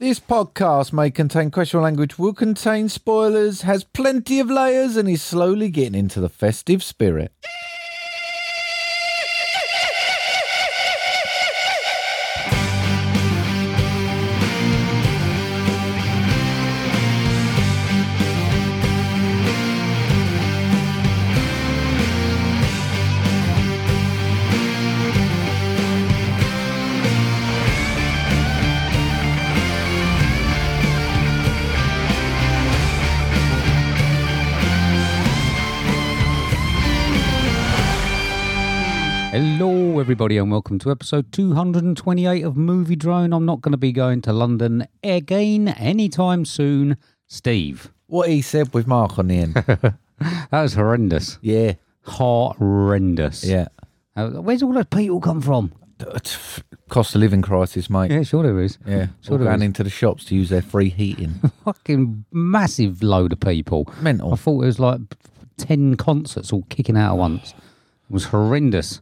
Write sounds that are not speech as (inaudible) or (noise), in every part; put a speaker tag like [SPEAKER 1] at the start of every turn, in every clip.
[SPEAKER 1] This podcast may contain questionable language, will contain spoilers, has plenty of layers, and is slowly getting into the festive spirit.
[SPEAKER 2] Hello, everybody, and welcome to episode 228 of Movie Drone. I'm not going to be going to London again anytime soon, Steve.
[SPEAKER 1] What he said with Mark on the
[SPEAKER 2] (laughs)
[SPEAKER 1] end.
[SPEAKER 2] That was horrendous.
[SPEAKER 1] yeah,
[SPEAKER 2] Horrendous.
[SPEAKER 1] yeah.
[SPEAKER 2] Uh, where's all those people come from?
[SPEAKER 1] Cost of living crisis, mate.
[SPEAKER 2] Yeah, sure there is. (laughs)
[SPEAKER 1] Yeah,
[SPEAKER 2] sure
[SPEAKER 1] all
[SPEAKER 2] there
[SPEAKER 1] going
[SPEAKER 2] is.
[SPEAKER 1] into the shops to use their free
[SPEAKER 2] (laughs)
[SPEAKER 1] heating.
[SPEAKER 2] Fucking massive load of people. I
[SPEAKER 1] Mental.
[SPEAKER 2] thought it was like 10 concerts all kicking out at once. It was horrendous.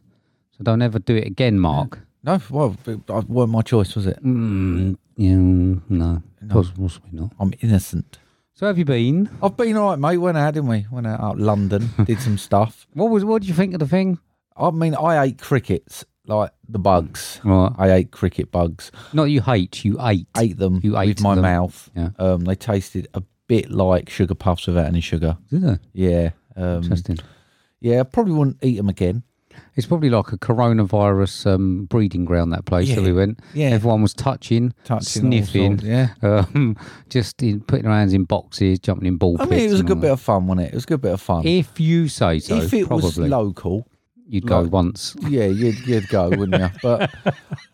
[SPEAKER 2] So don't ever do it again, Mark.
[SPEAKER 1] No, well, it weren't my choice, was it?
[SPEAKER 2] Mm, yeah, no, Poss- possibly not.
[SPEAKER 1] I'm innocent.
[SPEAKER 2] So have you been?
[SPEAKER 1] I've been all right, mate. Went out, didn't we? Went out, out
[SPEAKER 2] (laughs)
[SPEAKER 1] London, did some stuff.
[SPEAKER 2] What was? What do you think of the thing?
[SPEAKER 1] I mean, I ate crickets, like the bugs.
[SPEAKER 2] Right.
[SPEAKER 1] I ate cricket bugs.
[SPEAKER 2] Not you hate, you ate.
[SPEAKER 1] ate them
[SPEAKER 2] You ate
[SPEAKER 1] with my
[SPEAKER 2] them.
[SPEAKER 1] mouth.
[SPEAKER 2] Yeah.
[SPEAKER 1] Um, they tasted a bit like sugar puffs without any sugar.
[SPEAKER 2] Did they?
[SPEAKER 1] Yeah. Um,
[SPEAKER 2] Interesting.
[SPEAKER 1] yeah, I probably wouldn't eat them again.
[SPEAKER 2] It's probably like a coronavirus um, breeding ground, that place that we went.
[SPEAKER 1] yeah.
[SPEAKER 2] Everyone was touching,
[SPEAKER 1] Touching all
[SPEAKER 2] sniffing,
[SPEAKER 1] sorts, yeah.
[SPEAKER 2] (laughs) um, just in, putting their hands in boxes, jumping in ball
[SPEAKER 1] I
[SPEAKER 2] pits.
[SPEAKER 1] mean, it was a
[SPEAKER 2] and
[SPEAKER 1] good
[SPEAKER 2] all
[SPEAKER 1] bit
[SPEAKER 2] that.
[SPEAKER 1] of fun, wasn't it? It was a good bit of fun.
[SPEAKER 2] If you say so,
[SPEAKER 1] if it
[SPEAKER 2] probably.
[SPEAKER 1] was local,
[SPEAKER 2] You'd go
[SPEAKER 1] like-
[SPEAKER 2] once.
[SPEAKER 1] yeah, you'd, you'd go, wouldn't
[SPEAKER 2] (laughs)
[SPEAKER 1] you? But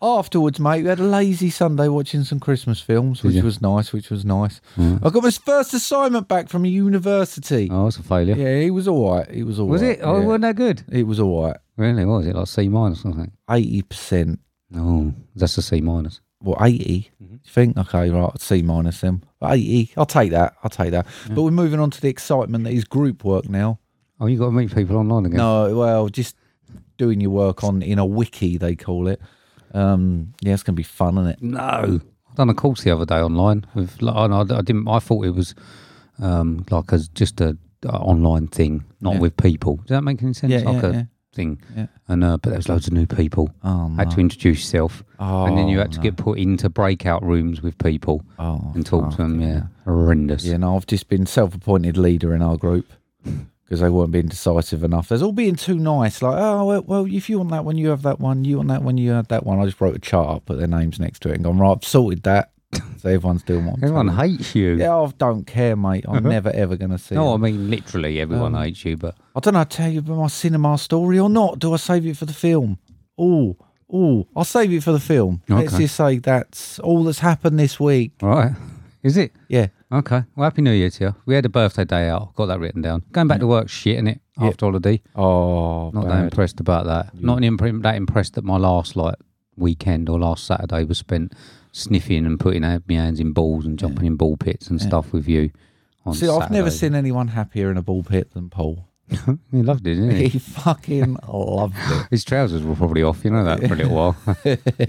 [SPEAKER 1] afterwards, mate, we had a lazy Sunday watching some Christmas films, which
[SPEAKER 2] you?
[SPEAKER 1] was nice, which was nice. I got my first assignment back from university.
[SPEAKER 2] Oh, it's a failure.
[SPEAKER 1] Yeah, he was all right. He was all
[SPEAKER 2] Was
[SPEAKER 1] right,
[SPEAKER 2] it? Oh,
[SPEAKER 1] yeah.
[SPEAKER 2] wasn't that good?
[SPEAKER 1] It was all right.
[SPEAKER 2] Really, was it? Like C minus or something?
[SPEAKER 1] 80%.
[SPEAKER 2] No, that's a C minus.
[SPEAKER 1] well, 80. You think, okay, right, C minus them. 80. I'll take that. I'll take that. But we're moving on to the excitement that is group work now.
[SPEAKER 2] Oh, you got to meet people online again.
[SPEAKER 1] No, well, just doing your work on in a wiki, they call it. Um, yeah, it's going to be fun,
[SPEAKER 2] Mm.
[SPEAKER 1] isn't it?
[SPEAKER 2] No. I done a course the other day online with. like, and I, I didn't. I thought it was um, like a, just a, a online thing, not
[SPEAKER 1] Yeah.
[SPEAKER 2] with people. Does that make any sense?
[SPEAKER 1] Yeah,
[SPEAKER 2] like
[SPEAKER 1] yeah,
[SPEAKER 2] a
[SPEAKER 1] yeah.
[SPEAKER 2] thing.
[SPEAKER 1] Yeah.
[SPEAKER 2] And uh, but there was loads of new people.
[SPEAKER 1] Oh,
[SPEAKER 2] Had to introduce yourself, and then you had to get put into breakout rooms with people
[SPEAKER 1] Oh,
[SPEAKER 2] and talk to them. Yeah, horrendous.
[SPEAKER 1] yeah, no, I've just been self appointed leader in our group because they weren't being decisive enough. There's all being too nice, like, oh, well, well, if you want that one, you have that one, you want that one, you have that one. I just wrote a chart up, put their names next to it, and gone, right, I've sorted that. (laughs) So everyone's doing what I'm
[SPEAKER 2] Everyone
[SPEAKER 1] telling them.
[SPEAKER 2] hates you.
[SPEAKER 1] Yeah, I don't care, mate. I'm never ever going to see
[SPEAKER 2] Uh-huh. No, I
[SPEAKER 1] it.
[SPEAKER 2] mean literally everyone
[SPEAKER 1] Um,
[SPEAKER 2] hates you. But
[SPEAKER 1] I don't know. Tell you about my cinema story or not? Do I save it for the film? Oh, oh, I'll save it for the film. Let's
[SPEAKER 2] Okay.
[SPEAKER 1] just say that's all that's happened this week.
[SPEAKER 2] all right, is it?
[SPEAKER 1] Yeah,
[SPEAKER 2] Okay. Well, happy New Year to you. We had a birthday day out. Got that written down. Going back to work, shit in it after holiday.
[SPEAKER 1] Oh,
[SPEAKER 2] Not that impressed about that. Not impre- that impressed that my last like weekend or last Saturday was spent sniffing and putting out my hands in balls and jumping in ball pits and stuff with you. On
[SPEAKER 1] See, I've never
[SPEAKER 2] Saturday.
[SPEAKER 1] seen anyone happier in a ball pit than Paul.
[SPEAKER 2] He loved it, didn't he?
[SPEAKER 1] He
[SPEAKER 2] (laughs)
[SPEAKER 1] fucking loved it.
[SPEAKER 2] His trousers were probably off, you know that for a little while.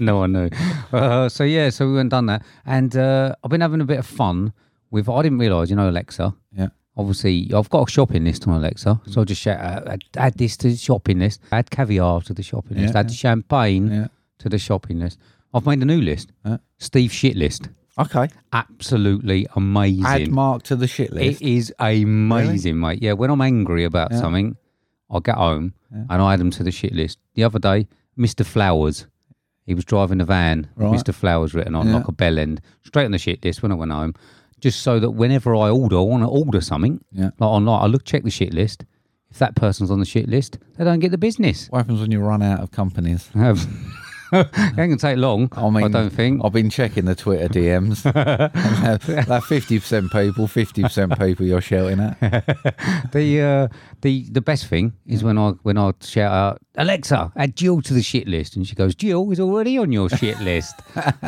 [SPEAKER 2] (laughs) no one knew. Uh, so yeah, so we went and done that, and uh, I've been having a bit of fun with. I didn't realise, you know, Alexa.
[SPEAKER 1] Yeah. Mm.
[SPEAKER 2] Obviously, I've got a shopping list on Alexa, so I just shout, out, add, add this to the shopping list, add caviar to the shopping list,
[SPEAKER 1] Yeah,
[SPEAKER 2] add champagne
[SPEAKER 1] Yeah.
[SPEAKER 2] to the shopping list. I've made a new list,
[SPEAKER 1] Yeah.
[SPEAKER 2] Steve shit list.
[SPEAKER 1] Okay.
[SPEAKER 2] Absolutely amazing.
[SPEAKER 1] Add Mark to the shit list.
[SPEAKER 2] It is amazing, mate. Yeah, when I'm angry about something, I get home and I add them to the shit list. The other day, Mr. Flowers, he was driving a van, with
[SPEAKER 1] Right.
[SPEAKER 2] Mr. Flowers written on
[SPEAKER 1] Yeah.
[SPEAKER 2] like a bell end, straight on the shit list when I went home, just so that whenever I order, I want to order something,
[SPEAKER 1] Yeah.
[SPEAKER 2] like online, I look, check the shit list. If that person's on the shit list, they don't get the business. (laughs)
[SPEAKER 1] What happens when you run out of companies?
[SPEAKER 2] Um, (laughs) it ain't gonna take long. I,
[SPEAKER 1] I mean,
[SPEAKER 2] don't think.
[SPEAKER 1] I've been checking the Twitter (laughs)
[SPEAKER 2] (laughs)
[SPEAKER 1] DMs. like fifty percent people, fifty percent people you're shouting
[SPEAKER 2] (laughs)
[SPEAKER 1] at.
[SPEAKER 2] the uh, the the best thing is when I when I shout out Alexa, add Jill to the shit list, and she goes, Jill is already on your shit list.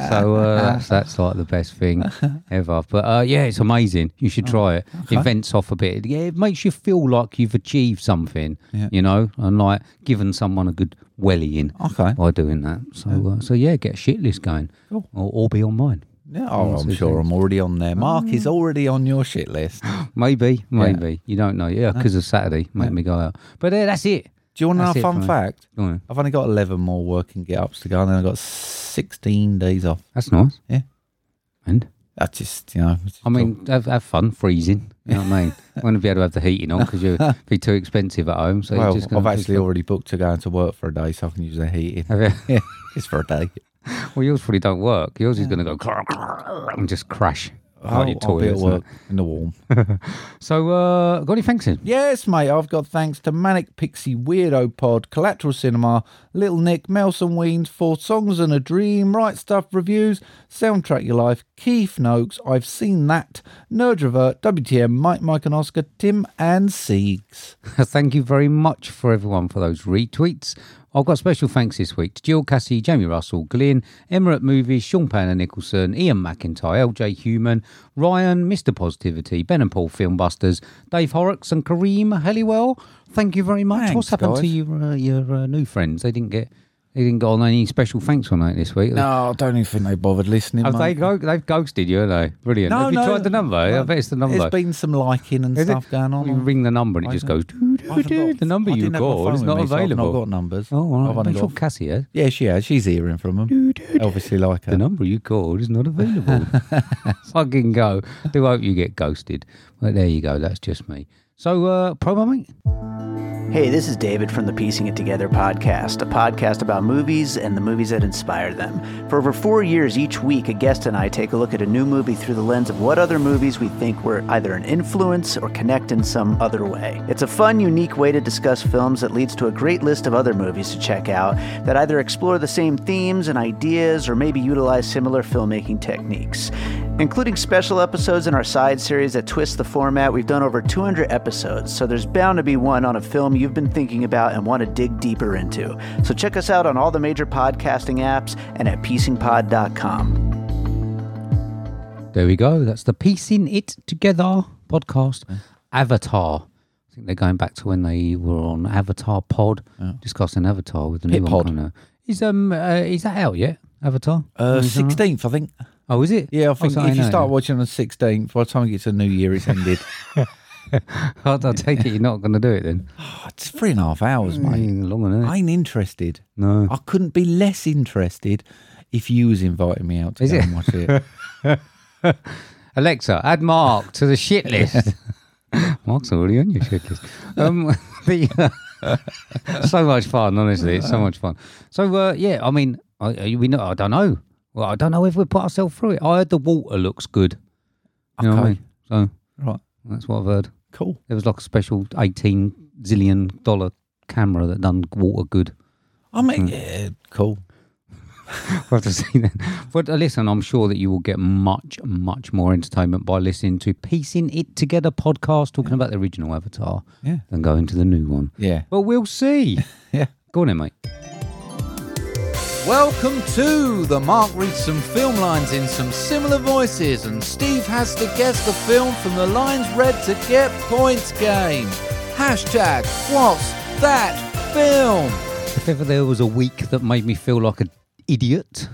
[SPEAKER 2] so uh, that's that's like the best thing ever. But uh, yeah, it's amazing. You should try it. It vents off a bit. Yeah, it makes you feel like you've achieved something,
[SPEAKER 1] Yeah.
[SPEAKER 2] you know, and like given someone a good welly in
[SPEAKER 1] Okay.
[SPEAKER 2] by doing that. So uh, so yeah, get a shit list going,
[SPEAKER 1] Cool.
[SPEAKER 2] or, or be on mine.
[SPEAKER 1] No, oh,
[SPEAKER 2] That's
[SPEAKER 1] I'm
[SPEAKER 2] what
[SPEAKER 1] sure
[SPEAKER 2] it
[SPEAKER 1] I'm already on there. Mark is
[SPEAKER 2] Mm.
[SPEAKER 1] already on your shit list. Do
[SPEAKER 2] Maybe, maybe you don't know. Yeah, because of Saturday, made me go out. But uh, that's it.
[SPEAKER 1] you want to know
[SPEAKER 2] That's
[SPEAKER 1] a
[SPEAKER 2] it for
[SPEAKER 1] fun
[SPEAKER 2] me.
[SPEAKER 1] fact?
[SPEAKER 2] Go on.
[SPEAKER 1] I've only got 11 more work and get ups to go, and then I've got 16 days off.
[SPEAKER 2] That's nice.
[SPEAKER 1] Yeah.
[SPEAKER 2] And
[SPEAKER 1] I just, you know, it's just
[SPEAKER 2] I mean, have, have fun freezing. You know
[SPEAKER 1] (laughs)
[SPEAKER 2] what I mean? I wouldn't be able to have the heating on because you'd be too expensive at home.
[SPEAKER 1] all-
[SPEAKER 2] So you're
[SPEAKER 1] well,
[SPEAKER 2] just gonna
[SPEAKER 1] I've
[SPEAKER 2] just
[SPEAKER 1] actually
[SPEAKER 2] go-
[SPEAKER 1] already booked to go into work for a day, so I can use the heating. (laughs)
[SPEAKER 2] Have you?
[SPEAKER 1] yeah, it's for a day.
[SPEAKER 2] (laughs) Well, yours probably don't work. Yours is going to go (laughs) clunk, clunk, and just crash.
[SPEAKER 1] I'll,
[SPEAKER 2] like your
[SPEAKER 1] I'll be at
[SPEAKER 2] toilets, isn't it?
[SPEAKER 1] work in the warm.
[SPEAKER 2] So, uh, got any thanks in?
[SPEAKER 1] Yes, mate, I've got thanks to Manic Pixie Weirdo Pod, Collateral Cinema, Little Nick, Melson Weens, Four Songs and a Dream, Right Stuff Reviews, Soundtrack Your Life, Keith Noakes, I've Seen That, Nerdrovert, WTM, Mike, Mike and Oscar, Tim and Siegs.
[SPEAKER 2] (laughs) Thank you very much for everyone for those retweets. I've got special thanks this week to Jill Cassie, Jamie Russell, Glenn, Emirate Movies, Sean Panner Nicholson, Ian McIntyre, LJ Human, Ryan, Mr. Positivity, Ben and Paul Filmbusters, Dave Horrocks, and Kareem Helliwell. Thank you very much.
[SPEAKER 1] Thanks,
[SPEAKER 2] What's happened to
[SPEAKER 1] guys.
[SPEAKER 2] your uh, your uh, new friends? They didn't get they didn't get on any special thanks or night this week.
[SPEAKER 1] (laughs) No, I don't even think they bothered listening.
[SPEAKER 2] Have they
[SPEAKER 1] mate.
[SPEAKER 2] go- they've ghosted you, haven't they? Brilliant.
[SPEAKER 1] No,
[SPEAKER 2] Have you
[SPEAKER 1] no,
[SPEAKER 2] tried the number? I
[SPEAKER 1] no.
[SPEAKER 2] bet it's the number.
[SPEAKER 1] It's been some liking and
[SPEAKER 2] Is it-
[SPEAKER 1] stuff going on.
[SPEAKER 2] you ring the number and it
[SPEAKER 1] I
[SPEAKER 2] just goes.
[SPEAKER 1] don't- I
[SPEAKER 2] doo, doo,
[SPEAKER 1] haven't
[SPEAKER 2] doo.
[SPEAKER 1] got-
[SPEAKER 2] The number
[SPEAKER 1] I
[SPEAKER 2] you
[SPEAKER 1] didn't have my
[SPEAKER 2] called
[SPEAKER 1] phone
[SPEAKER 2] is
[SPEAKER 1] with
[SPEAKER 2] not
[SPEAKER 1] me, so I've
[SPEAKER 2] available.
[SPEAKER 1] not got numbers.
[SPEAKER 2] Oh, all
[SPEAKER 1] I've
[SPEAKER 2] right.
[SPEAKER 1] only
[SPEAKER 2] Make sure
[SPEAKER 1] got-
[SPEAKER 2] Cassie has.
[SPEAKER 1] Yeah, she has. She's hearing from them. Obviously, like
[SPEAKER 2] The
[SPEAKER 1] her.
[SPEAKER 2] number you called is not available. Fucking go. Do hope you get ghosted. But there you go. That's just me. So, uh, promo mate?
[SPEAKER 3] Hey, this is David from the Piecing It Together podcast, a podcast about movies and the movies that inspire them. For over four years, each week, a guest and I take a look at a new movie through the lens of what other movies we think were either an influence or connect in some other way. It's a fun, unique way to discuss films that leads to a great list of other movies to check out that either explore the same themes and ideas or maybe utilize similar filmmaking techniques including special episodes in our side series that twist the format. We've done over 200 episodes, so there's bound to be one on a film you've been thinking about and want to dig deeper into. So check us out on all the major podcasting apps and at piecingpod.com.
[SPEAKER 2] There we go. That's the Piecing It Together podcast. Avatar. I think they're going back to when they were on Avatar Pod, discussing Avatar with the new
[SPEAKER 1] Hit Pod.
[SPEAKER 2] one. Kinda. Is um uh, is that out yet? Avatar.
[SPEAKER 1] Uh,
[SPEAKER 2] Is that out?
[SPEAKER 1] 16th, I think.
[SPEAKER 2] Oh, is it?
[SPEAKER 1] Yeah, I
[SPEAKER 2] Oh,
[SPEAKER 1] think
[SPEAKER 2] so
[SPEAKER 1] if you
[SPEAKER 2] know
[SPEAKER 1] start
[SPEAKER 2] that.
[SPEAKER 1] watching on the 16th, by the time it gets to New Year, it's ended.
[SPEAKER 2] (laughs) I'll, I'll take it. You're not going to do it then.
[SPEAKER 1] oh, it's three and a half hours, mate.
[SPEAKER 2] Mm, Long enough.
[SPEAKER 1] I ain't interested.
[SPEAKER 2] No.
[SPEAKER 1] I couldn't be less interested if you was inviting me out to
[SPEAKER 2] Is
[SPEAKER 1] go
[SPEAKER 2] it?
[SPEAKER 1] and watch
[SPEAKER 2] (laughs)
[SPEAKER 1] it.
[SPEAKER 2] Alexa, add Mark to the shit list. (laughs) Mark's already on your shit list. Um, (laughs) the, so much fun, honestly. It's so much fun. So, uh, yeah, I mean, I, I- we know, I don't know. Well, I don't know if we put ourselves through it. I heard the water looks good. You know what I
[SPEAKER 1] Okay.
[SPEAKER 2] mean?
[SPEAKER 1] right,
[SPEAKER 2] So that's what I've heard.
[SPEAKER 1] cool.
[SPEAKER 2] There was like a special 18 zillion dollar camera that done water good.
[SPEAKER 1] I mean,
[SPEAKER 2] Mm.
[SPEAKER 1] yeah, cool.
[SPEAKER 2] We'll have to (laughs) see then. But uh, listen, I'm sure that you will get much, much more entertainment by listening to Piecing It Together podcast, talking about the original Avatar,
[SPEAKER 1] Yeah.
[SPEAKER 2] than going to the new one.
[SPEAKER 1] Yeah. (laughs)
[SPEAKER 2] Well, we'll see.
[SPEAKER 1] Yeah.
[SPEAKER 2] Go on then, mate.
[SPEAKER 1] Welcome to the Mark reads some film lines in some similar voices, and Steve has to guess the film from the lines read to get points game. Hashtag what's that film?
[SPEAKER 2] If ever there was a week that made me feel like an idiot,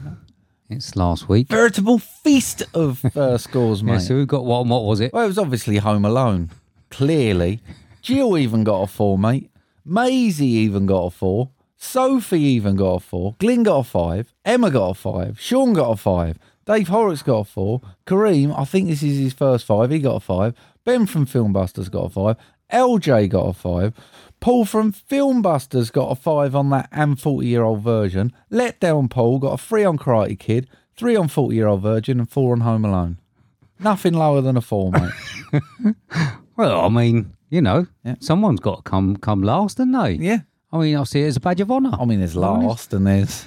[SPEAKER 2] it's last week.
[SPEAKER 1] Veritable feast of uh, scores, mate.
[SPEAKER 2] Yeah, so who got what and what was it?
[SPEAKER 1] Well, it was obviously Home Alone. Clearly. Jill even got a four, mate. Maisie even got a four. Sophie even got a four. Glyn got a five. Emma got a five. Sean got a five. Dave Horrocks got a four. Kareem, I think this is his first five. He got a five. Ben from Filmbusters got a five. LJ got a five. Paul from Filmbusters got a five on that and 40 year old version. Let Down Paul got a three on Karate Kid, three on 40 year old virgin, and four on Home Alone. Nothing lower than a four, mate.
[SPEAKER 2] Well, I mean, you know, someone's got to come come last, haven't they?
[SPEAKER 1] yeah.
[SPEAKER 2] I mean, I see it as a badge of honour.
[SPEAKER 1] I mean, there's last and (laughs) there's.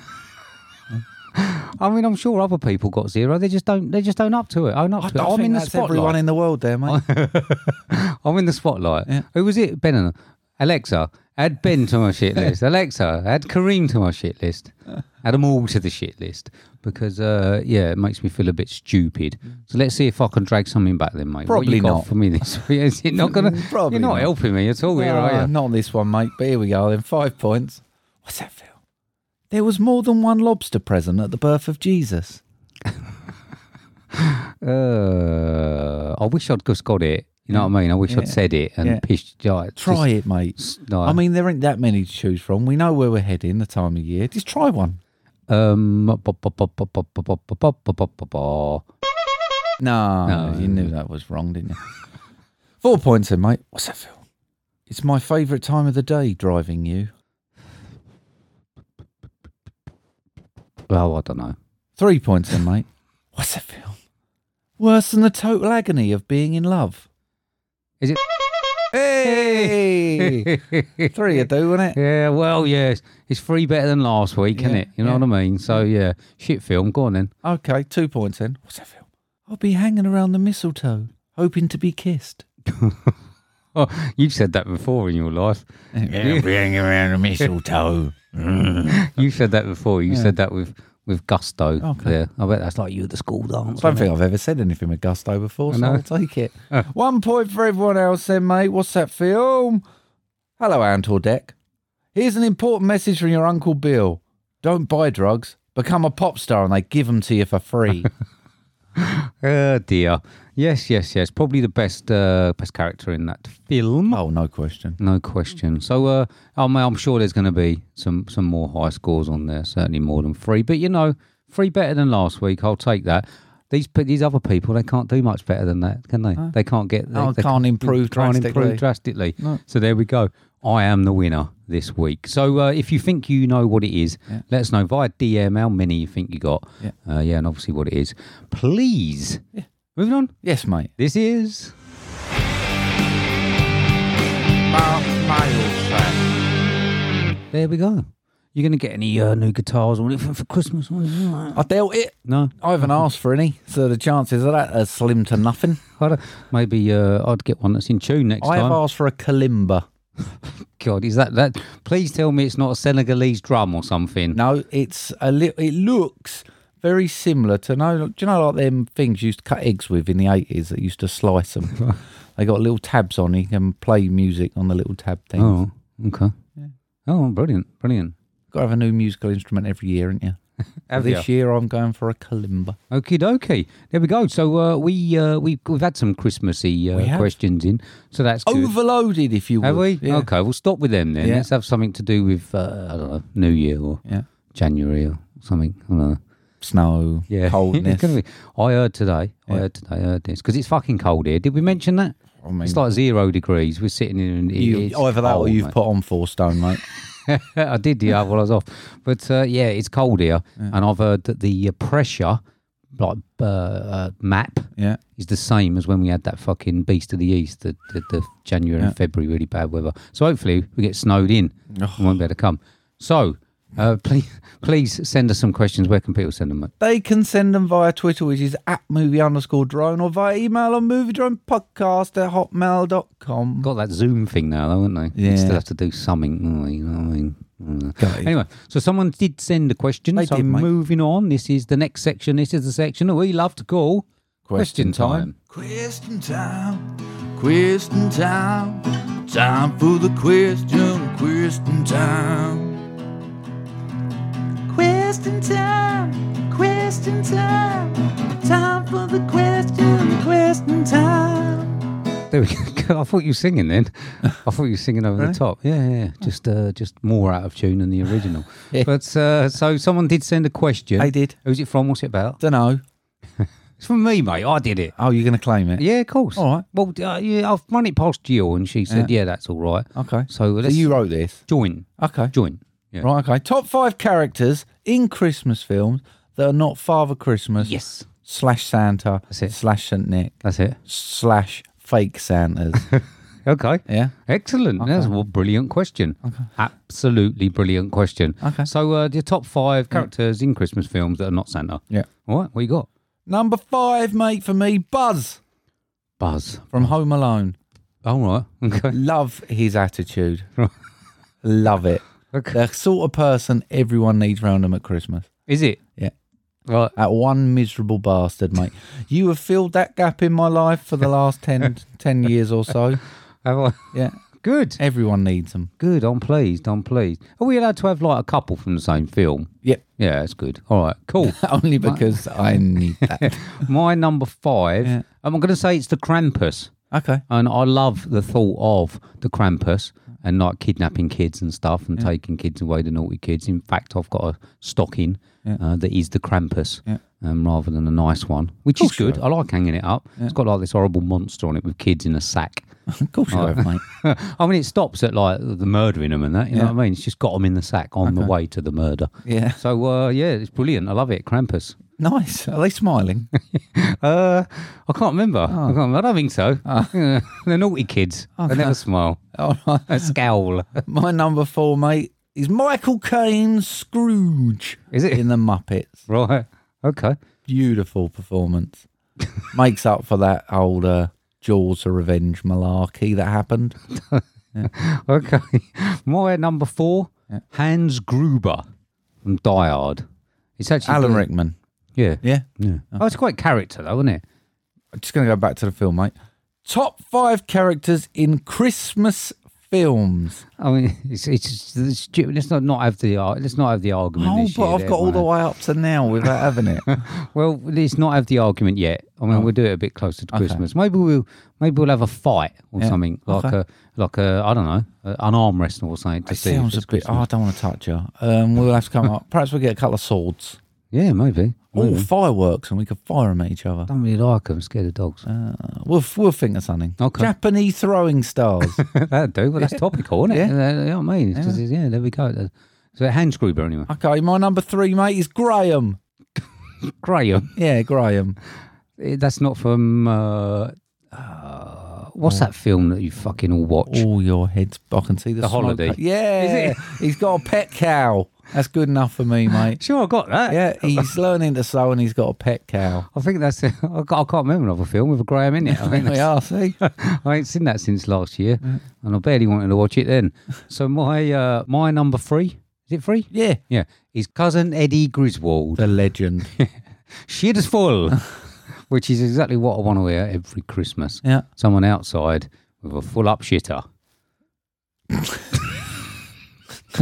[SPEAKER 2] I mean, I'm sure other people got zero. They just don't. They just don't up to it. Own up to it. I'm in the spotlight.
[SPEAKER 1] everyone in the world there, (laughs) mate.
[SPEAKER 2] I'm in the spotlight. Who was it? Ben and Alexa. Add Ben to
[SPEAKER 1] (laughs)
[SPEAKER 2] my shit list. Alexa, add Kareem to my shit list. Add them all to the shit list because, uh, yeah, it makes me feel a bit stupid. So let's see if I can drag something back then, mate. what
[SPEAKER 1] Probably
[SPEAKER 2] you got
[SPEAKER 1] not.
[SPEAKER 2] for me this week. (laughs) Is it not gonna?
[SPEAKER 1] (laughs) Probably
[SPEAKER 2] you're not,
[SPEAKER 1] not.
[SPEAKER 2] helping me at all, here,
[SPEAKER 1] Uh,
[SPEAKER 2] are you?
[SPEAKER 1] not on this one, mate. But here we go. Then five points. What's that, Phil? There was more than one lobster present at the birth of Jesus.
[SPEAKER 2] Uh, I wish I'd just got it. You know what I mean? I wish I'd
[SPEAKER 1] Yeah.
[SPEAKER 2] said it and
[SPEAKER 1] Yeah.
[SPEAKER 2] pissed. Like,
[SPEAKER 1] Try it, mate.
[SPEAKER 2] just- no.
[SPEAKER 1] I mean, there ain't that many to choose from. We know where we're heading, the time of year. Just try one.
[SPEAKER 2] um, bu- bu- bu- bu- bu- bu- bu- bu- bu- bu- bu- bu- bu-
[SPEAKER 1] No,
[SPEAKER 2] No.
[SPEAKER 1] you knew that was wrong, didn't you? (laughs) Four points in, mate. What's that, Phil? It's my favourite time of the day, driving you.
[SPEAKER 2] oh, I don't know.
[SPEAKER 1] Three points in, mate. (laughs) What's that, Phil? Worse than the total agony of being in love.
[SPEAKER 2] Is it?
[SPEAKER 1] (laughs) Hey! Three, I do, wasn't it?
[SPEAKER 2] Yeah, well, yes. It's three better than last week, isn't
[SPEAKER 1] Yeah,
[SPEAKER 2] it? You know
[SPEAKER 1] yeah.
[SPEAKER 2] what I mean? So, yeah. Shit film. Go on then. (laughs)
[SPEAKER 1] Okay, two points in. What's that, Phil? I'll be hanging around the mistletoe, hoping to be kissed.
[SPEAKER 2] Oh, you've said that before in your life.
[SPEAKER 1] Yeah, be hanging around the mistletoe.
[SPEAKER 2] You said that before. You said that with, with gusto.
[SPEAKER 1] Okay.
[SPEAKER 2] Yeah. I bet that's like you at the school dance.
[SPEAKER 1] I don't
[SPEAKER 2] wasn't
[SPEAKER 1] think I've ever said anything with gusto before, so
[SPEAKER 2] know.
[SPEAKER 1] I'll take
[SPEAKER 2] (laughs)
[SPEAKER 1] it. One point for everyone else, then, mate. What's that film? Hello, Antor Deck. Here's an important message from your Uncle Bill. Don't buy drugs. Become a pop star and they give them to you for
[SPEAKER 2] (laughs)
[SPEAKER 1] free.
[SPEAKER 2] it? Oh, dear. Yes, yes, yes. Probably the best uh, best character in that film.
[SPEAKER 1] oh, no question.
[SPEAKER 2] No question. So uh, I'm, I'm sure there's going to be some, some more high scores on there, certainly more than three. But, you know, three better than last week. I'll take that. These pe- these other people, they can't do much better than that, can they? They can't get. They,
[SPEAKER 1] Oh,
[SPEAKER 2] they
[SPEAKER 1] can't improve
[SPEAKER 2] can't improve
[SPEAKER 1] drastically.
[SPEAKER 2] drastically. So there we go. I am the winner this week. So uh, if you think you know what it is, let us know via DM how many you think you got.
[SPEAKER 1] Yeah.
[SPEAKER 2] uh, yeah and obviously what it is. Please. Moving on.
[SPEAKER 1] Yes, mate.
[SPEAKER 2] This is. There we go. You're going to get any uh, new guitars or anything for Christmas?
[SPEAKER 1] I doubt it.
[SPEAKER 2] No.
[SPEAKER 1] I haven't asked for any, so the chances of that are slim to nothing.
[SPEAKER 2] I don't- maybe uh, I'd get one that's in tune next
[SPEAKER 1] I have
[SPEAKER 2] time.
[SPEAKER 1] asked for a kalimba.
[SPEAKER 2] God, is that that? Please tell me it's not a Senegalese drum or something.
[SPEAKER 1] No, it's a li- It looks very similar to no. Do you know like them things you used to cut eggs with in the eighties that used to slice
[SPEAKER 2] (laughs)
[SPEAKER 1] them? they got little tabs on. You can play music on the little tab thing.
[SPEAKER 2] Oh, okay. Oh, brilliant, brilliant.
[SPEAKER 1] Got to have a new musical instrument every year, ain't you?
[SPEAKER 2] Have
[SPEAKER 1] this
[SPEAKER 2] ya?
[SPEAKER 1] year I'm going for a kalimba.
[SPEAKER 2] Okie dokie. There we go. So uh, we uh, we we've had some Christmassy
[SPEAKER 1] We
[SPEAKER 2] uh,
[SPEAKER 1] have.
[SPEAKER 2] questions in. So that's good.
[SPEAKER 1] Overloaded, if you will.
[SPEAKER 2] Have we?
[SPEAKER 1] Yeah.
[SPEAKER 2] Okay, we'll stop with them then.
[SPEAKER 1] Yeah.
[SPEAKER 2] Let's have something to do with uh, I don't know, New Year or
[SPEAKER 1] Yeah.
[SPEAKER 2] January or something. I don't know.
[SPEAKER 1] Snow, coldness.
[SPEAKER 2] (laughs) It's gonna be- I heard today. I heard today. I heard this because it's fucking cold here. Did we mention that?
[SPEAKER 1] I mean,
[SPEAKER 2] It's like zero degrees. We're sitting in. and it-
[SPEAKER 1] you,
[SPEAKER 2] it's
[SPEAKER 1] either that or
[SPEAKER 2] cold,
[SPEAKER 1] you've
[SPEAKER 2] mate.
[SPEAKER 1] put on four stone, mate.
[SPEAKER 2] (laughs) I did, yeah, while I was off. But uh, yeah, it's cold here, and I've heard that the uh, pressure, like uh, uh, map,
[SPEAKER 1] (laughs) Yeah.
[SPEAKER 2] is the same as when we had that fucking beast of the east, the, the, the January and February really bad weather. So hopefully we get snowed in. and won't be able to come. So uh, (laughs) please, please send us some questions. Where can people send them? mate?
[SPEAKER 1] They can send them via Twitter, which is at movie underscore drone, or via email on movie drone podcast at hotmail.com.
[SPEAKER 2] Got that Zoom thing now, though, haven't they?
[SPEAKER 1] Yeah.
[SPEAKER 2] You still have to do something. don't we? You know what I mean? Mm.
[SPEAKER 1] Got it.
[SPEAKER 2] Anyway, so someone did send a question.
[SPEAKER 1] They
[SPEAKER 2] so
[SPEAKER 1] did, mate.
[SPEAKER 2] moving on. This is the next section. This is the section that we love to call
[SPEAKER 1] Question time.
[SPEAKER 4] Question time, question time, time for the question, question time. Question time, question time, time for the question, question time.
[SPEAKER 2] There we go. (laughs) I thought you were
[SPEAKER 1] (laughs)
[SPEAKER 2] singing then. I thought you were singing over the top. Yeah, yeah,
[SPEAKER 1] Oh.
[SPEAKER 2] yeah. Just, uh, just more out of tune than the
[SPEAKER 1] (laughs)
[SPEAKER 2] original. but uh, so someone did send a question.
[SPEAKER 1] They did.
[SPEAKER 2] Who's it from? What's it about?
[SPEAKER 1] Don't know.
[SPEAKER 2] It's from me, mate. I did it.
[SPEAKER 1] Oh, you're going to claim it?
[SPEAKER 2] Yeah, of course.
[SPEAKER 1] All right.
[SPEAKER 2] Well, uh, yeah, I've run it past Jill, and she said, "Yeah, that's all right."
[SPEAKER 1] Okay. Oh. So,
[SPEAKER 2] So let's
[SPEAKER 1] you wrote this?
[SPEAKER 2] join.
[SPEAKER 1] Okay.
[SPEAKER 2] Join. Yeah.
[SPEAKER 1] Right, okay. Top five characters in Christmas films that are not Father Christmas
[SPEAKER 2] Yes.
[SPEAKER 1] slash Santa
[SPEAKER 2] it.
[SPEAKER 1] slash St. Nick
[SPEAKER 2] That's it.
[SPEAKER 1] slash fake Santas. (laughs)
[SPEAKER 2] Okay.
[SPEAKER 1] yeah?
[SPEAKER 2] Excellent. That's a brilliant question. Absolutely brilliant question.
[SPEAKER 1] Okay.
[SPEAKER 2] So, uh, the top five characters in Christmas films that are not Santa.
[SPEAKER 1] Yeah.
[SPEAKER 2] All right. What you got?
[SPEAKER 1] Number five, mate, for me, Buzz
[SPEAKER 2] Buzz.
[SPEAKER 1] from Home Alone.
[SPEAKER 2] Oh, All right. (laughs) Okay.
[SPEAKER 1] Love his
[SPEAKER 2] (laughs)
[SPEAKER 1] attitude. Love it.
[SPEAKER 2] okay.
[SPEAKER 1] The sort of person everyone needs round them at Christmas.
[SPEAKER 2] Is it?
[SPEAKER 1] Yeah.
[SPEAKER 2] Right.
[SPEAKER 1] That one miserable bastard, mate. You
[SPEAKER 2] (laughs)
[SPEAKER 1] have filled that gap in my life for the last 10, 10 years or so.
[SPEAKER 2] Have I?
[SPEAKER 1] Yeah.
[SPEAKER 2] (laughs) Good.
[SPEAKER 1] Everyone needs them.
[SPEAKER 2] Good. I'm pleased. I'm pleased. Are we allowed to have like a couple from the same film?
[SPEAKER 1] Yep.
[SPEAKER 2] Yeah, that's good. All right, (laughs) cool.
[SPEAKER 1] (laughs) Only because I need that.
[SPEAKER 2] My number five,
[SPEAKER 1] Yeah.
[SPEAKER 2] I'm going to say it's the Krampus.
[SPEAKER 1] Okay.
[SPEAKER 2] And I love the thought of the Krampus and like kidnapping kids and stuff and taking kids away, the naughty kids. In fact, I've got a stocking uh, that is the Krampus
[SPEAKER 1] Yeah.
[SPEAKER 2] um, rather than a nice one, which is
[SPEAKER 1] course you
[SPEAKER 2] good. I like hanging it up. It's got like this horrible monster on it with kids in a sack.
[SPEAKER 1] Of course you have, mate.
[SPEAKER 2] I mean, it stops at like the murdering them and that. You know what I mean? It's just got them in the sack on the way to the murder.
[SPEAKER 1] (laughs) Yeah.
[SPEAKER 2] So uh, yeah, it's brilliant. I love it, Krampus.
[SPEAKER 1] Nice. Are they smiling? (laughs)
[SPEAKER 2] Uh, I can't remember. I,
[SPEAKER 1] Oh.
[SPEAKER 2] can't remember. I don't think so. (laughs) They're naughty kids. They
[SPEAKER 1] (laughs)
[SPEAKER 2] never smile.
[SPEAKER 1] Oh,
[SPEAKER 2] They scowl. (laughs)
[SPEAKER 1] my number four, mate, is Michael Caine's Scrooge.
[SPEAKER 2] Is it?
[SPEAKER 1] in the Muppets?
[SPEAKER 2] right. Okay.
[SPEAKER 1] Beautiful (laughs) performance. Makes up for that old uh, Jaws of Revenge malarkey that (laughs) happened.
[SPEAKER 2] Okay. (laughs) My number four, Hans Gruber from Die Hard. It's actually
[SPEAKER 1] Alan Rickman.
[SPEAKER 2] Yeah. yeah.
[SPEAKER 1] Yeah.
[SPEAKER 2] Oh, it's quite character though, isn't it?
[SPEAKER 1] I'm just going to go back to the film, mate. Top five characters in Christmas films.
[SPEAKER 2] I mean, (laughs) it's it's, it's stupid. Let's not not have the ar- let's not have the argument.
[SPEAKER 1] Oh,
[SPEAKER 2] this
[SPEAKER 1] but
[SPEAKER 2] year,
[SPEAKER 1] I've
[SPEAKER 2] there,
[SPEAKER 1] got all the
[SPEAKER 2] mate.
[SPEAKER 1] way up to now without having (laughs) it.
[SPEAKER 2] Well, let's not have the argument yet. I mean, we'll do it a bit closer to Christmas. Maybe we'll maybe we'll have a fight or
[SPEAKER 1] Yeah.
[SPEAKER 2] something like
[SPEAKER 1] Okay.
[SPEAKER 2] a like a I don't know a- an arm wrestling or something. To
[SPEAKER 1] It
[SPEAKER 2] see if
[SPEAKER 1] sounds a
[SPEAKER 2] it's
[SPEAKER 1] bit. Oh, I don't want to touch her. Um, we'll have to come up. Perhaps we'll get a couple of swords.
[SPEAKER 2] Yeah, maybe.
[SPEAKER 1] All
[SPEAKER 2] Maybe.
[SPEAKER 1] fireworks, and we could fire them at each other.
[SPEAKER 2] I don't really like them. Scared of (laughs) dogs.
[SPEAKER 1] Uh, We'll we'll think of something.
[SPEAKER 2] Oh. Okay.
[SPEAKER 1] Japanese throwing stars.
[SPEAKER 2] (laughs) That'd do. Well, that's topical, isn't it?
[SPEAKER 1] Yeah.
[SPEAKER 2] Yeah. You know what I mean? It's just- yeah. there we go. That's- So hand screwber anyway.
[SPEAKER 1] okay, my number three, mate, is Graham.
[SPEAKER 2] Graham.
[SPEAKER 1] Yeah, Graham.
[SPEAKER 2] (laughs) eh, That's not from. Uh, uh, what's that film that you fucking all watch?
[SPEAKER 1] All your heads. I can see the,
[SPEAKER 2] The
[SPEAKER 1] smoke.
[SPEAKER 2] Holiday.
[SPEAKER 1] Yeah,
[SPEAKER 2] Is it?
[SPEAKER 1] (laughs) he's got a pet cow. That's good enough for
[SPEAKER 2] (laughs)
[SPEAKER 1] me, mate.
[SPEAKER 2] Sure, I got that.
[SPEAKER 1] Yeah, he's learning to sew and he's got a pet cow.
[SPEAKER 2] I think that's. (laughs) I can't I can't remember another film with a Graham in it. I
[SPEAKER 1] (laughs)
[SPEAKER 2] think
[SPEAKER 1] There we
[SPEAKER 2] that's-
[SPEAKER 1] are. See,
[SPEAKER 2] (laughs) I ain't seen that since last year, and I barely wanted to watch
[SPEAKER 1] (laughs)
[SPEAKER 2] it then. So my uh, my number three is it three?
[SPEAKER 1] yeah,
[SPEAKER 2] Yeah, is cousin Eddie Griswold.
[SPEAKER 1] the
[SPEAKER 2] (laughs)
[SPEAKER 1] legend.
[SPEAKER 2] Shit is full, (laughs) which is exactly what I want to hear every Christmas.
[SPEAKER 1] Yeah,
[SPEAKER 2] Someone outside with a full up shitter. (laughs)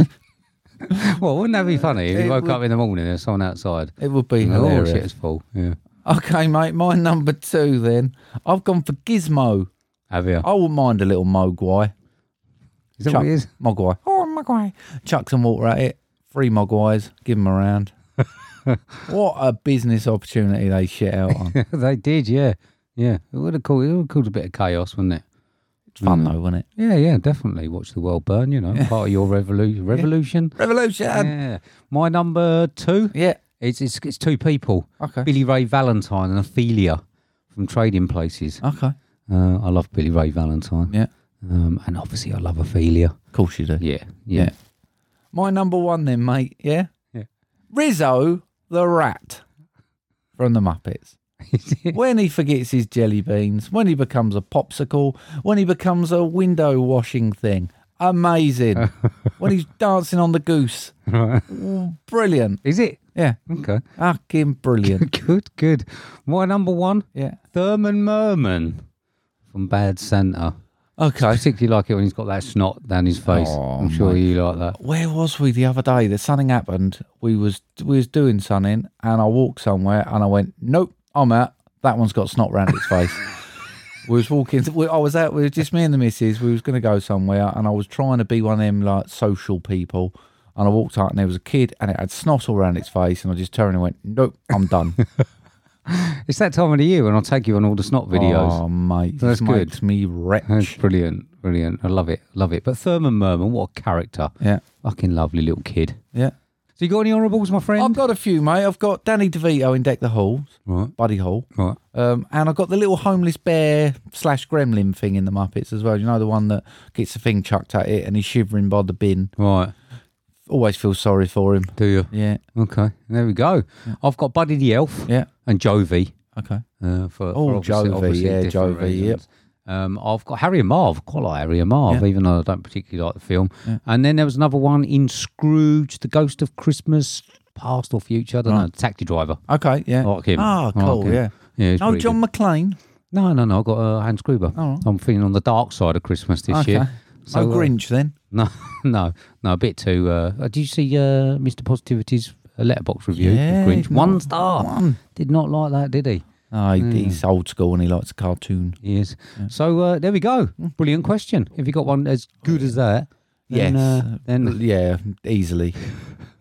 [SPEAKER 2] well, wouldn't that be funny if
[SPEAKER 1] It
[SPEAKER 2] you woke
[SPEAKER 1] would-
[SPEAKER 2] up in the morning and there's someone outside?
[SPEAKER 1] it would be
[SPEAKER 2] Oh, shit
[SPEAKER 1] hilarious.
[SPEAKER 2] is full. Yeah,
[SPEAKER 1] Okay, mate, my number two. Then I've gone for Gizmo.
[SPEAKER 2] have you?
[SPEAKER 1] I wouldn't mind a little mogwai.
[SPEAKER 2] Is that what it is?
[SPEAKER 1] Mogwai. (laughs) Oh, Mogwai. Chuck some water at it. Three Mogwais. Give them a (laughs) round. what a business opportunity they shit out on. It's
[SPEAKER 2] (laughs) they did, yeah, yeah. It would have caused it would have caused a bit of chaos, wouldn't it?
[SPEAKER 1] (laughs) fun though, wasn't it?
[SPEAKER 2] Yeah, yeah, definitely. Watch the world burn, you know, part of your revolution. Revolution. Yeah.
[SPEAKER 1] Revolution.
[SPEAKER 2] My number two,
[SPEAKER 1] Yeah.
[SPEAKER 2] it's, it's it's two people.
[SPEAKER 1] Okay. (laughs)
[SPEAKER 2] Billy Ray Valentine and Ophelia from Trading Places.
[SPEAKER 1] Okay.
[SPEAKER 2] Uh, I love Billy Ray Valentine.
[SPEAKER 1] Yeah.
[SPEAKER 2] Um, and obviously, I love Ophelia.
[SPEAKER 1] Of course you do.
[SPEAKER 2] Yeah, yeah.
[SPEAKER 1] My number one then, mate. Yeah.
[SPEAKER 2] Yeah.
[SPEAKER 1] Rizzo the rat from the Muppets.
[SPEAKER 2] (laughs)
[SPEAKER 1] when he forgets his jelly beans, when he becomes a popsicle, when he becomes a window washing thing. (laughs) Amazing. when he's dancing on the goose. Brilliant.
[SPEAKER 2] Is it?
[SPEAKER 1] Yeah.
[SPEAKER 2] Okay. (laughs)
[SPEAKER 1] Fucking brilliant.
[SPEAKER 2] Good, good. My number one,
[SPEAKER 1] Yeah.
[SPEAKER 2] Thurman Merman from Bad Santa. I
[SPEAKER 1] Okay.
[SPEAKER 2] particularly like it when he's got that snot down his face.
[SPEAKER 1] Oh,
[SPEAKER 2] I'm sure you like that.
[SPEAKER 1] Where was we the other day? That something happened. We was we was doing something, and I walked somewhere, and I went, nope, I'm out. That one's got snot round its
[SPEAKER 2] (laughs)
[SPEAKER 1] face. we was walking. We, I was out. We were just me and the missus. We was going to go somewhere, and I was trying to be one of them like social people. And I walked out, and there was a kid, and it had snot all around its face, and I just turned and went, nope, I'm done.
[SPEAKER 2] It's that time of the year when I'll take you on all the snot (laughs) videos.
[SPEAKER 1] Oh mate,
[SPEAKER 2] That's
[SPEAKER 1] this
[SPEAKER 2] good.
[SPEAKER 1] makes me
[SPEAKER 2] That's
[SPEAKER 1] wretch.
[SPEAKER 2] brilliant, brilliant. I love it, love it. But Thurman Merman, what a character.
[SPEAKER 1] Yeah,
[SPEAKER 2] Fucking lovely little kid.
[SPEAKER 1] yeah.
[SPEAKER 2] So you got any honourables, my friend?
[SPEAKER 1] I've got a few, mate. I've got Danny DeVito in Deck the Halls,
[SPEAKER 2] Right,
[SPEAKER 1] Buddy Hall.
[SPEAKER 2] right.
[SPEAKER 1] Um, and I've got the little homeless bear slash gremlin thing in the Muppets as well. You know, the one that gets the thing chucked at it and he's shivering by the bin.
[SPEAKER 2] Right,
[SPEAKER 1] Always feel sorry for him.
[SPEAKER 2] do you?
[SPEAKER 1] Yeah,
[SPEAKER 2] Okay, there we go. I've got Buddy the Elf
[SPEAKER 1] yeah,
[SPEAKER 2] and Jovi.
[SPEAKER 1] okay.
[SPEAKER 2] Uh, for,
[SPEAKER 1] Oh,
[SPEAKER 2] for obviously-
[SPEAKER 1] Jovi,
[SPEAKER 2] obviously
[SPEAKER 1] yeah,
[SPEAKER 2] different
[SPEAKER 1] Jovi, yep.
[SPEAKER 2] reasons. Um, I've got Harry and Marv, quite like Harry and Marv,
[SPEAKER 1] Yeah.
[SPEAKER 2] even though I don't particularly like the film. And then there was another one in Scrooge, The Ghost of Christmas, Past or Future, I don't know, Taxi Driver.
[SPEAKER 1] Okay, yeah.
[SPEAKER 2] I like him.
[SPEAKER 1] Ah,
[SPEAKER 2] I like
[SPEAKER 1] cool,
[SPEAKER 2] him.
[SPEAKER 1] yeah.
[SPEAKER 2] Yeah, he's
[SPEAKER 1] No, Oh,
[SPEAKER 2] pretty
[SPEAKER 1] John
[SPEAKER 2] good.
[SPEAKER 1] McClane.
[SPEAKER 2] No, no, no. I got uh, Hans Gruber.
[SPEAKER 1] Oh.
[SPEAKER 2] I'm feeling on the dark side of Christmas this
[SPEAKER 1] Okay.
[SPEAKER 2] year.
[SPEAKER 1] So
[SPEAKER 2] uh,
[SPEAKER 1] Grinch then.
[SPEAKER 2] (laughs) No, no, no. A bit too. Uh, uh, did you see uh, Mr. Positivity's uh, letterbox review? of
[SPEAKER 1] Yeah,
[SPEAKER 2] Grinch
[SPEAKER 1] he-
[SPEAKER 2] one star.
[SPEAKER 1] One.
[SPEAKER 2] Did not like that, did he?
[SPEAKER 1] Oh,
[SPEAKER 2] Hmm.
[SPEAKER 1] he- he's old school and he likes a cartoon.
[SPEAKER 2] Yes. So uh, there we go.
[SPEAKER 1] Hmm.
[SPEAKER 2] Brilliant question. If you got one as good as that, then, uh,
[SPEAKER 1] (laughs)
[SPEAKER 2] then
[SPEAKER 1] yeah,
[SPEAKER 2] (laughs)
[SPEAKER 1] easily.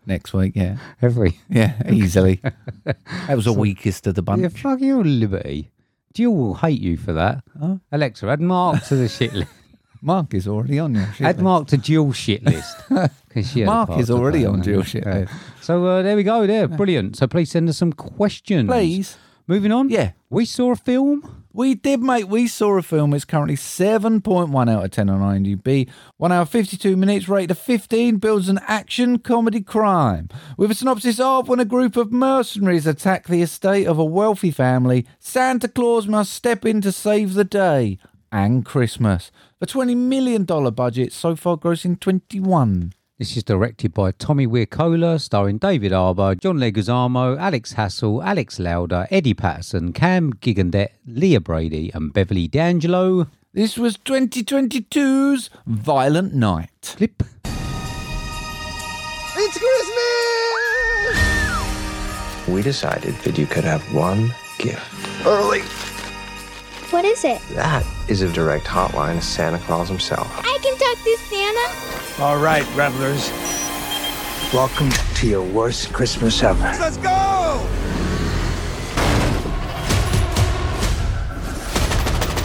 [SPEAKER 1] Next week, yeah,
[SPEAKER 2] every
[SPEAKER 1] yeah,
[SPEAKER 2] (laughs)
[SPEAKER 1] easily. that was the weakest of the bunch.
[SPEAKER 2] yeah, fuck you, Liberty. Jill will hate you for that.
[SPEAKER 1] Huh?
[SPEAKER 2] Alexa, add Mark to the
[SPEAKER 1] (laughs)
[SPEAKER 2] shit list.
[SPEAKER 1] Mark is already on your shit.
[SPEAKER 2] add
[SPEAKER 1] list.
[SPEAKER 2] Mark to Jill's shit list. (laughs) 'Cause she had a
[SPEAKER 1] Mark
[SPEAKER 2] part
[SPEAKER 1] is
[SPEAKER 2] to
[SPEAKER 1] already
[SPEAKER 2] play
[SPEAKER 1] on
[SPEAKER 2] that.
[SPEAKER 1] Jill's shit
[SPEAKER 2] Yeah.
[SPEAKER 1] list.
[SPEAKER 2] So uh, there we go. There, brilliant. So please send us some questions.
[SPEAKER 1] Please.
[SPEAKER 2] Moving on.
[SPEAKER 1] Yeah.
[SPEAKER 2] We saw a film.
[SPEAKER 1] We did, mate. We saw a film. It's currently 7.1 out of 10 on IMDb. 1 hour 52 minutes, rated a 15, builds an action comedy crime. With a synopsis of when a group of mercenaries attack the estate of a wealthy family, Santa Claus must step in to save the day and Christmas. The $20 million budget, so far grossing 21.
[SPEAKER 2] This is directed by Tommy Wirkola, starring David Arbour, John Leguizamo, Alex Hassel, Alex Lauder, Eddie Patterson, Cam Gigandet, Leah Brady, and Beverly D'Angelo.
[SPEAKER 1] This was 2022's Violent Night.
[SPEAKER 2] Clip.
[SPEAKER 5] We decided that you could have one gift.
[SPEAKER 6] What is it?
[SPEAKER 5] That is a direct hotline to Santa Claus himself.
[SPEAKER 6] I can talk to Santa.
[SPEAKER 7] All right, revelers. Welcome to your worst Christmas ever. Let's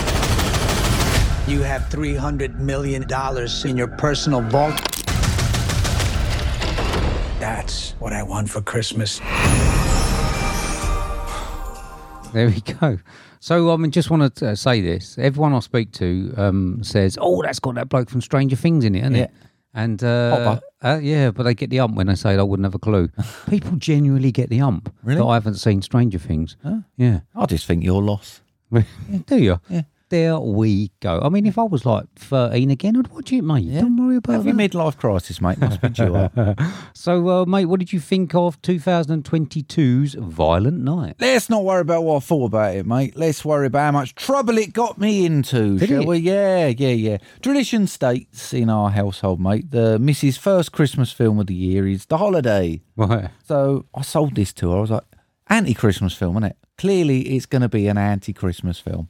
[SPEAKER 7] go! You have $300 million in your personal vault. That's what I want for Christmas.
[SPEAKER 2] There we go. So, I mean, just want to uh, say this. Everyone I speak to um, says, "Oh, that's got that bloke from Stranger Things in it, isn't it?" And uh, uh, yeah, but they get the ump when they say it. I wouldn't have a clue. People genuinely get the ump
[SPEAKER 1] Really?
[SPEAKER 2] that I haven't seen Stranger Things. Yeah,
[SPEAKER 1] I just think you're lost.
[SPEAKER 2] do you? Yeah. There we go. I mean, if I was like thirteen again, I'd watch it, mate. Don't worry about
[SPEAKER 1] Have
[SPEAKER 2] that.
[SPEAKER 1] you midlife crisis, mate? Must be due up.
[SPEAKER 2] so, uh, mate, what did you think of 2022's Violent Night?
[SPEAKER 1] (laughs) Let's not worry about what I thought about it, mate. Let's worry about how much trouble it got me into,
[SPEAKER 2] Did
[SPEAKER 1] shall
[SPEAKER 2] it?
[SPEAKER 1] we? Yeah, yeah, yeah. Tradition states in our household, mate, the Mrs. First Christmas film of the year is The Holiday.
[SPEAKER 2] Right.
[SPEAKER 1] So I sold this to her. I was like, anti Christmas film, isn't it? Clearly, it's going to be an anti Christmas film.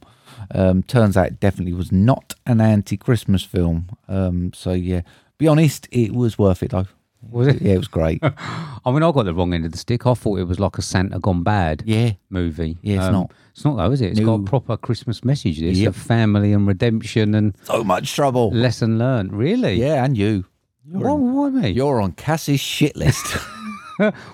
[SPEAKER 1] Um, turns out it definitely was not an anti Christmas film. Um, so, yeah, be honest, it was worth it, though.
[SPEAKER 2] Was it?
[SPEAKER 1] Yeah, it was
[SPEAKER 2] (laughs)
[SPEAKER 1] great.
[SPEAKER 2] I mean, I got the wrong end of the stick. I thought it was like a Santa gone bad.
[SPEAKER 1] yeah.
[SPEAKER 2] movie. Um,
[SPEAKER 1] Yeah, it's not.
[SPEAKER 2] It's not though, is it? It's got
[SPEAKER 1] No.
[SPEAKER 2] a proper Christmas message. This
[SPEAKER 1] Yep.
[SPEAKER 2] of family and redemption and
[SPEAKER 1] So much trouble.
[SPEAKER 2] lesson learned. Really?
[SPEAKER 1] Yeah, and you.
[SPEAKER 2] Why, why me?
[SPEAKER 1] You're on Cassie's shit
[SPEAKER 2] (laughs)
[SPEAKER 1] list. (laughs)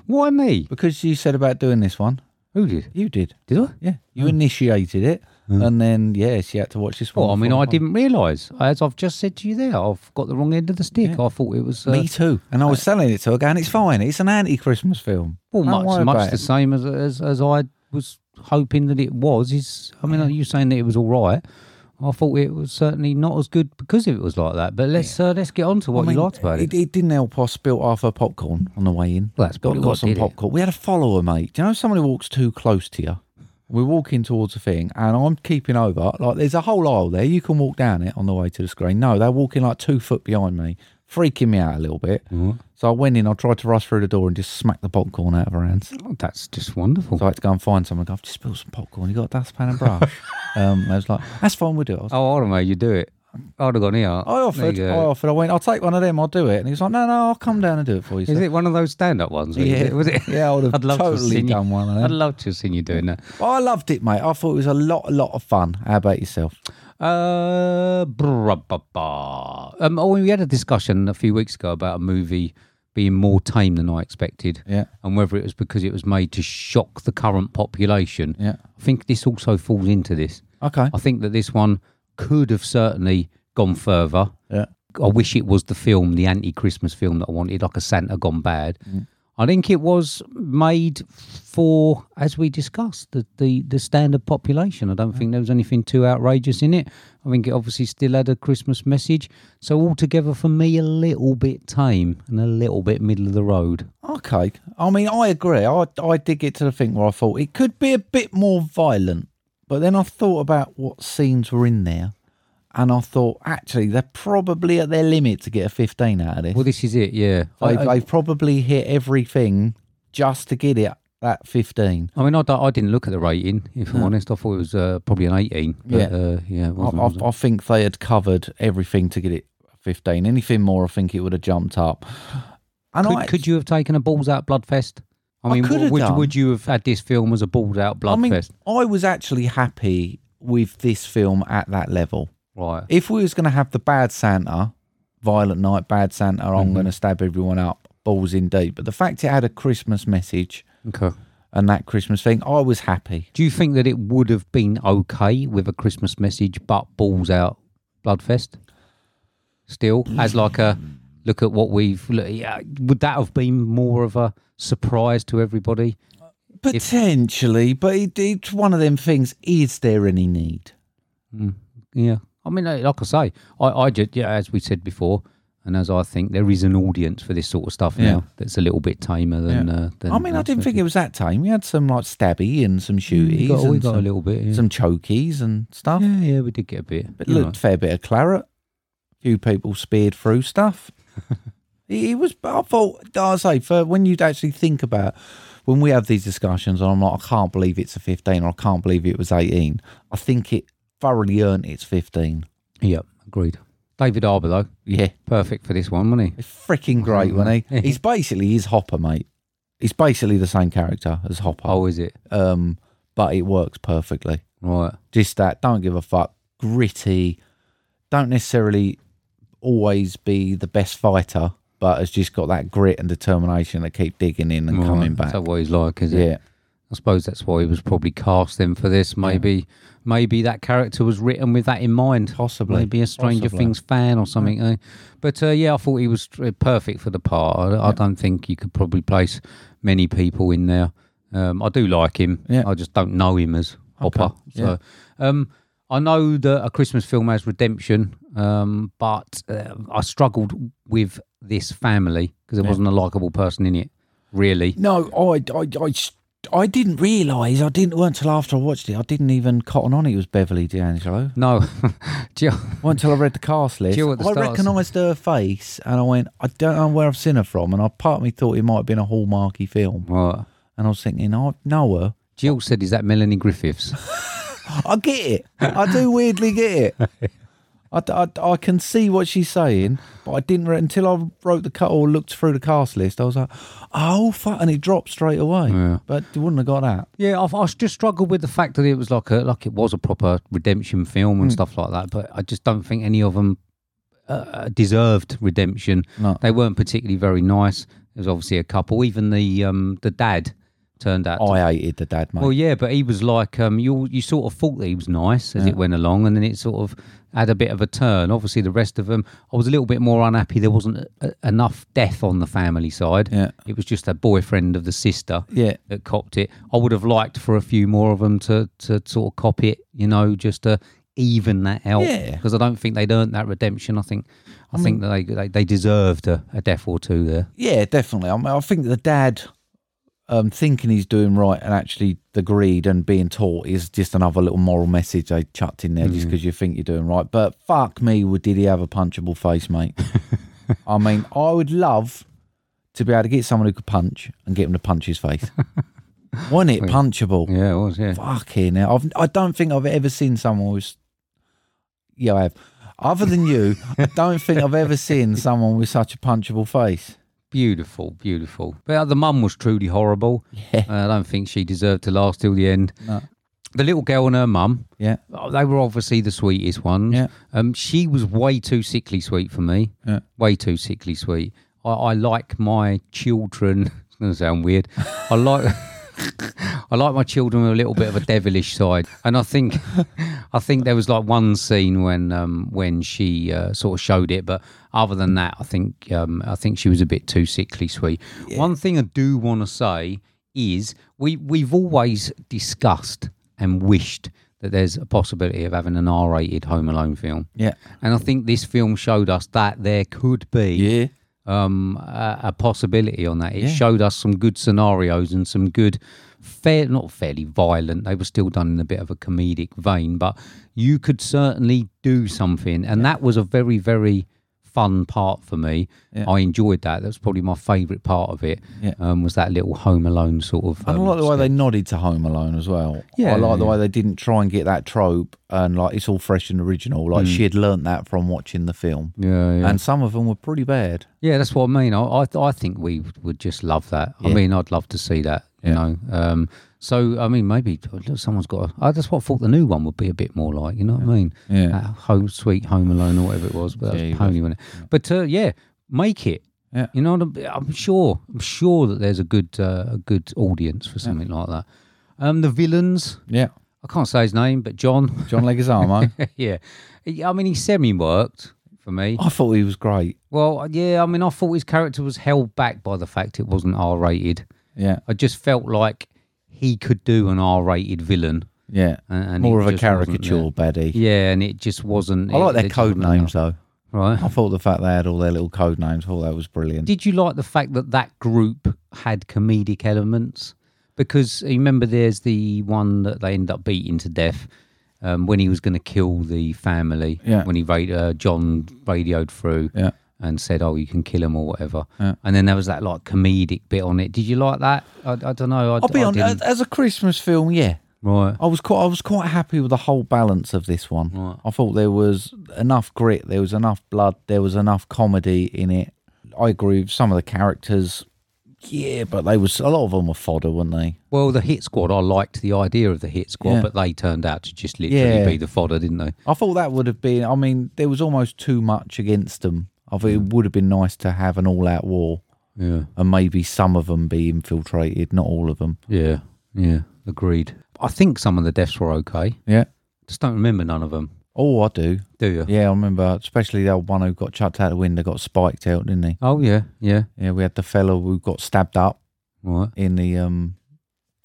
[SPEAKER 2] why me?
[SPEAKER 1] because you said about doing this one.
[SPEAKER 2] Who did?
[SPEAKER 1] You did.
[SPEAKER 2] Did I?
[SPEAKER 1] Yeah. You
[SPEAKER 2] Hmm.
[SPEAKER 1] initiated it. And then, yeah, she had to watch this one.
[SPEAKER 2] Well, I mean,
[SPEAKER 1] before
[SPEAKER 2] I
[SPEAKER 1] the
[SPEAKER 2] didn't realise. As I've just said to you there, I've got the wrong end of the stick. I thought it was. uh,
[SPEAKER 1] one. Me too. And I was selling it to her going, it's fine. It's an anti Christmas film.
[SPEAKER 2] Well,
[SPEAKER 1] Don't
[SPEAKER 2] much,
[SPEAKER 1] worry
[SPEAKER 2] much
[SPEAKER 1] about
[SPEAKER 2] the
[SPEAKER 1] it.
[SPEAKER 2] same as, as as I was hoping that it was. Is I mean, you saying that it was all right? I thought it was certainly not as good because it was like that. But let's uh, let's get on to what
[SPEAKER 1] I mean,
[SPEAKER 2] you liked about it.
[SPEAKER 1] it. didn't help us spill half her popcorn on the way in.
[SPEAKER 2] Well, that's
[SPEAKER 1] got,
[SPEAKER 2] probably
[SPEAKER 1] got
[SPEAKER 2] what
[SPEAKER 1] some
[SPEAKER 2] did it.
[SPEAKER 1] popcorn. We had a follower, mate. Do you know someone who walks too close to you? We're walking towards a thing, and I'm keeping over. Like, there's a whole aisle there. You can walk down it on the way to the screen. No, they're walking like two foot behind me, freaking me out a little bit.
[SPEAKER 2] Mm-hmm.
[SPEAKER 1] So I went in. I tried to rush through the door and just smack the popcorn out of her hands.
[SPEAKER 2] Oh, that's just wonderful.
[SPEAKER 1] So I had to go and find someone. and Go, I've just spilled some popcorn. You got a dustpan and
[SPEAKER 2] (laughs)
[SPEAKER 1] brush? um, I was like, that's fine. We'll do it. I was
[SPEAKER 2] Oh, I don't know. You do it. I'd have gone here.
[SPEAKER 1] I offered, I offered. I went, I'll take one of them, I'll do it. And he was like, no, no, I'll come down and do it for you.
[SPEAKER 2] Is
[SPEAKER 1] sir."
[SPEAKER 2] it one of those stand-up ones? Was
[SPEAKER 1] Yeah.
[SPEAKER 2] it- Was it?
[SPEAKER 1] Yeah, I would have
[SPEAKER 2] (laughs) I'd love to
[SPEAKER 1] totally
[SPEAKER 2] have seen you-
[SPEAKER 1] done one of them.
[SPEAKER 2] I'd love to have seen you doing that.
[SPEAKER 1] Well, I loved it, mate. I thought it was a lot, a lot of fun. How about yourself?
[SPEAKER 2] Uh, brah, bah, bah. Um, oh, we had a discussion a few weeks ago about a movie being more tame than I expected.
[SPEAKER 1] Yeah.
[SPEAKER 2] And whether it was because it was made to shock the current population.
[SPEAKER 1] Yeah.
[SPEAKER 2] I think this also falls into this.
[SPEAKER 1] Okay.
[SPEAKER 2] I think that this one could have certainly gone further.
[SPEAKER 1] Yeah.
[SPEAKER 2] I wish it was the film, the anti-Christmas film that I wanted, like a Santa Gone Bad. I think it was made for, as we discussed, the, the, the standard population. I don't think there was anything too outrageous in it. I think it obviously still had a Christmas message. So altogether, for me, a little bit tame and a little bit middle of the road.
[SPEAKER 1] Okay. I mean, I agree. I, I did get to the thing where I thought it could be a bit more violent, but then I thought about what scenes were in there. and I thought actually they're probably at their limit to get a 15 out of this.
[SPEAKER 2] Well, this is it. Yeah. I,
[SPEAKER 1] They've,
[SPEAKER 2] I,
[SPEAKER 1] they've probably hit everything just to get it that 15.
[SPEAKER 2] I mean, I, don't- I didn't look at the rating. If I'm honest, I thought it was uh, probably an 18. But,
[SPEAKER 1] Yeah.
[SPEAKER 2] Uh, yeah. It
[SPEAKER 1] I,
[SPEAKER 2] wasn't,
[SPEAKER 1] I,
[SPEAKER 2] was it?
[SPEAKER 1] I think they had covered everything to get it 15. Anything more, I think it would have jumped up. And
[SPEAKER 2] could,
[SPEAKER 1] I,
[SPEAKER 2] could you have taken a balls out bloodfest? I
[SPEAKER 1] I
[SPEAKER 2] mean,
[SPEAKER 1] could
[SPEAKER 2] w-
[SPEAKER 1] have
[SPEAKER 2] would, you-
[SPEAKER 1] done.
[SPEAKER 2] would you have had this film as a balls out
[SPEAKER 1] I mean,
[SPEAKER 2] bloodfest?
[SPEAKER 1] I was actually happy with this film at that level.
[SPEAKER 2] right.
[SPEAKER 1] If we was going to have the bad Santa, Violent Night, bad Santa,
[SPEAKER 2] Mm-hmm.
[SPEAKER 1] I'm going to stab everyone up, balls in deep. But the fact it had a Christmas message
[SPEAKER 2] Okay.
[SPEAKER 1] and that Christmas thing, I was happy.
[SPEAKER 2] Do you think that it would have been okay with a Christmas message, but balls out bloodfest? Still, as like a look at what we've. Look, yeah, would that have been more of a surprise to everybody?
[SPEAKER 1] Potentially, but it, it's one of them things. Is there any need?
[SPEAKER 2] Yeah. I mean, like like I say, I, I just, yeah, as we said before, and as I think, there is an audience for this sort of stuff
[SPEAKER 1] Yeah.
[SPEAKER 2] now that's a little bit tamer than. Uh, than
[SPEAKER 1] I mean, I didn't
[SPEAKER 2] think
[SPEAKER 1] think it was that time. We had some like stabby and some shooties,
[SPEAKER 2] Mm, we got, we
[SPEAKER 1] and
[SPEAKER 2] got
[SPEAKER 1] some,
[SPEAKER 2] a little bit. Yeah.
[SPEAKER 1] some chokies and stuff.
[SPEAKER 2] yeah, yeah, we did get a bit.
[SPEAKER 1] But
[SPEAKER 2] you
[SPEAKER 1] looked
[SPEAKER 2] know.
[SPEAKER 1] fair bit of claret. few people speared through stuff. it, it was. I thought. I say for when you actually think about when we have these discussions, and I'm like, I can't believe it's a 15, or I can't believe it was 18. I think it thoroughly earned its 15.
[SPEAKER 2] Yeah, agreed. David Arbor, though,
[SPEAKER 1] Yeah.
[SPEAKER 2] perfect for this one, wasn't he?
[SPEAKER 1] He's freaking great, wasn't he? He's basically he's Hopper, mate. He's basically the same character as Hopper.
[SPEAKER 2] Oh, is it?
[SPEAKER 1] Um, but it works perfectly.
[SPEAKER 2] Right.
[SPEAKER 1] Just that, don't give a fuck. Gritty. Don't necessarily always be the best fighter, but has just got that grit and determination to keep digging in and
[SPEAKER 2] Right,
[SPEAKER 1] coming back.
[SPEAKER 2] That's what he's like, is it?
[SPEAKER 1] yeah.
[SPEAKER 2] I suppose that's why he was probably cast then for this. Maybe, maybe that character was written with that in mind.
[SPEAKER 1] Possibly.
[SPEAKER 2] maybe a Stranger
[SPEAKER 1] Possibly.
[SPEAKER 2] Things fan or something. eh? But uh, yeah, I thought he was tr- perfect for the part. I, I don't think you could probably place many people in there. Um, I do like him.
[SPEAKER 1] Yeah.
[SPEAKER 2] I just don't know him as Hopper. So, um, I know that a Christmas film has redemption, um, but uh, I struggled with this family because there wasn't a likable person in it, really.
[SPEAKER 1] No, I, I, I, s- I didn't realise. I didn't, weren't till after I watched it. I didn't even cotton on it was Beverly D'Angelo.
[SPEAKER 2] No, (laughs) Do you-
[SPEAKER 1] Well, until I read the cast list,
[SPEAKER 2] you know what the
[SPEAKER 1] I
[SPEAKER 2] stars-
[SPEAKER 1] recognised her face, and I went, I don't know where I've seen her from, and I part of me thought it might have been a Hallmarky film,
[SPEAKER 2] Right.
[SPEAKER 1] and I was thinking, I know her.
[SPEAKER 2] Jill said, "Is that Melanie Griffiths?"
[SPEAKER 1] I get it. I do weirdly get it. I, d- I d- I can see what she's saying, but I didn't re- until I wrote the cut or looked through the cast list. I was like, oh fuck, and it dropped straight away. But you wouldn't have got that.
[SPEAKER 2] (laughs) yeah, I've, I just struggled with the fact that it was like a like it was a proper redemption film and stuff like that. But I just don't think any of them uh, deserved redemption.
[SPEAKER 1] No.
[SPEAKER 2] They weren't particularly very nice. There was obviously a couple. Even the um the dad turned out. to-
[SPEAKER 1] I hated the dad, mate.
[SPEAKER 2] well, yeah, but he was like um you you sort of thought that he was nice as it went along, and then it sort of had a bit of a turn. Obviously, the rest of them, I was a little bit more unhappy. There wasn't a, enough death on the family side.
[SPEAKER 1] Yeah.
[SPEAKER 2] it was just a boyfriend of the sister.
[SPEAKER 1] yeah.
[SPEAKER 2] that copped it. I would have liked for a few more of them to to sort of cop it, you know, just to even that out.
[SPEAKER 1] Yeah.
[SPEAKER 2] Because I don't think they'd earned that redemption. I think I, think that they, they they deserved a, a death or two there.
[SPEAKER 1] Yeah, definitely. I mean, I think the dad um, thinking he's doing right and actually the greed and being taught is just another little moral message they chucked in there just 'cause just because you think you're doing right. But fuck me, well, did he have a punchable face, mate? I mean, I would love to be able to get someone who could punch and get him to punch his face. Wasn't it punchable?
[SPEAKER 2] Yeah, it was. Yeah.
[SPEAKER 1] Fucking hell. I've, I don't think I've ever seen someone with. Yeah, I have. Other than you, I don't think I've ever seen someone with such a punchable face.
[SPEAKER 2] Beautiful, beautiful. But uh, the mum was truly horrible. Yeah. I don't think she deserved to last till the end.
[SPEAKER 1] No.
[SPEAKER 2] The little girl and her mum,
[SPEAKER 1] Yeah.
[SPEAKER 2] oh, they were obviously the sweetest ones.
[SPEAKER 1] Yeah.
[SPEAKER 2] Um, she was way too sickly sweet for me.
[SPEAKER 1] Yeah.
[SPEAKER 2] Way too sickly sweet. I, I like my children. (laughs) It's gonna sound weird.
[SPEAKER 1] (laughs)
[SPEAKER 2] I like. I like my children with a little bit of a devilish side, and
[SPEAKER 1] (laughs)
[SPEAKER 2] I think, I think there was like one scene when um, when she uh, sort of showed it, but other than that, I think um, I think she was a bit too sickly sweet. One thing I do want to say is we we've always discussed and wished that there's a possibility of having an R-rated Home Alone film,
[SPEAKER 1] Yeah.
[SPEAKER 2] and I think this film showed us that there could be
[SPEAKER 1] Yeah.
[SPEAKER 2] um, a, a possibility on that. It showed us some good scenarios and some good, fair, not fairly violent. They were still done in a bit of a comedic vein, but you could certainly do something, and that was a very, very fun part for me. I enjoyed that. That was probably my favourite part of it.
[SPEAKER 1] Yeah.
[SPEAKER 2] Um, was that little Home Alone sort of?
[SPEAKER 1] I
[SPEAKER 2] um,
[SPEAKER 1] like the way they nodded to Home Alone as well.
[SPEAKER 2] Yeah,
[SPEAKER 1] I like the
[SPEAKER 2] yeah.
[SPEAKER 1] way they didn't try and get that trope and like it's all fresh and original. Like she had learnt that from watching the film.
[SPEAKER 2] Yeah, Mm. yeah.
[SPEAKER 1] And some of them were pretty bad.
[SPEAKER 2] Yeah, that's what I mean. I I, I think we would just love that. I mean, I'd love to see that. You
[SPEAKER 1] Yeah.
[SPEAKER 2] know. Um. So I mean, maybe look, someone's got. A, I, that's what I thought the new one would be a bit more like. You know what I mean?
[SPEAKER 1] Yeah.
[SPEAKER 2] That home sweet home alone or whatever it was. But that
[SPEAKER 1] Yeah,
[SPEAKER 2] was
[SPEAKER 1] you
[SPEAKER 2] pony, wasn't it? But uh, yeah, make it.
[SPEAKER 1] Yeah.
[SPEAKER 2] You know, what I'm, I'm sure. I'm sure that there's a good uh, a good audience for something like that. Um, the villains.
[SPEAKER 1] Yeah.
[SPEAKER 2] I can't say his name, but John. (laughs)
[SPEAKER 1] John Leguizamo.
[SPEAKER 2] yeah. He- I mean, he semi worked for me.
[SPEAKER 1] I thought he was great.
[SPEAKER 2] Well, yeah, I mean, I thought his character was held back by the fact it wasn't R rated.
[SPEAKER 1] Yeah.
[SPEAKER 2] I just felt like he could do an R rated villain.
[SPEAKER 1] Yeah.
[SPEAKER 2] And, and
[SPEAKER 1] More
[SPEAKER 2] it
[SPEAKER 1] of a
[SPEAKER 2] just wasn't
[SPEAKER 1] caricature baddie.
[SPEAKER 2] there. Yeah, and it just wasn't.
[SPEAKER 1] I
[SPEAKER 2] it-
[SPEAKER 1] like
[SPEAKER 2] it
[SPEAKER 1] their
[SPEAKER 2] just
[SPEAKER 1] code
[SPEAKER 2] wasn't
[SPEAKER 1] names though.
[SPEAKER 2] enough. Right.
[SPEAKER 1] I thought the fact they had all their little code names, I thought that was brilliant.
[SPEAKER 2] Did you like the fact that that group had comedic elements? Because uh, you remember, there's the one that they end up beating to death um, when he was going to kill the family.
[SPEAKER 1] Yeah.
[SPEAKER 2] When he ra- uh, John radioed through
[SPEAKER 1] Yeah.
[SPEAKER 2] and said, "Oh, you can kill him or whatever." And then there was that like comedic bit on it. Did you like that? I, I don't know. I,
[SPEAKER 1] I'll be
[SPEAKER 2] I
[SPEAKER 1] honest, uh,
[SPEAKER 2] didn't-
[SPEAKER 1] as a Christmas film, yeah.
[SPEAKER 2] Right.
[SPEAKER 1] I was quite I was quite happy with the whole balance of this one. I thought there was enough grit, there was enough blood, there was enough comedy in it. I agree with some of the characters. Yeah, but they was a lot of them were fodder, weren't they?
[SPEAKER 2] Well, the hit squad. I liked the idea of the hit squad,
[SPEAKER 1] Yeah.
[SPEAKER 2] but they turned out to just literally
[SPEAKER 1] Yeah.
[SPEAKER 2] be the fodder, didn't they?
[SPEAKER 1] I thought that would have been. I mean, there was almost too much against them. I thought it would have been nice to have an all-out war
[SPEAKER 2] Yeah.
[SPEAKER 1] and maybe some of them be infiltrated, not all of them.
[SPEAKER 2] Yeah. Yeah. Agreed. I think some of the deaths were okay.
[SPEAKER 1] Yeah.
[SPEAKER 2] Just don't remember none of them.
[SPEAKER 1] Oh, I do.
[SPEAKER 2] Do you?
[SPEAKER 1] Yeah, I remember, especially the old one who got chucked out the window, got spiked out, didn't he?
[SPEAKER 2] Oh yeah, yeah.
[SPEAKER 1] Yeah, we had the fellow who got stabbed up
[SPEAKER 2] Right.
[SPEAKER 1] in the um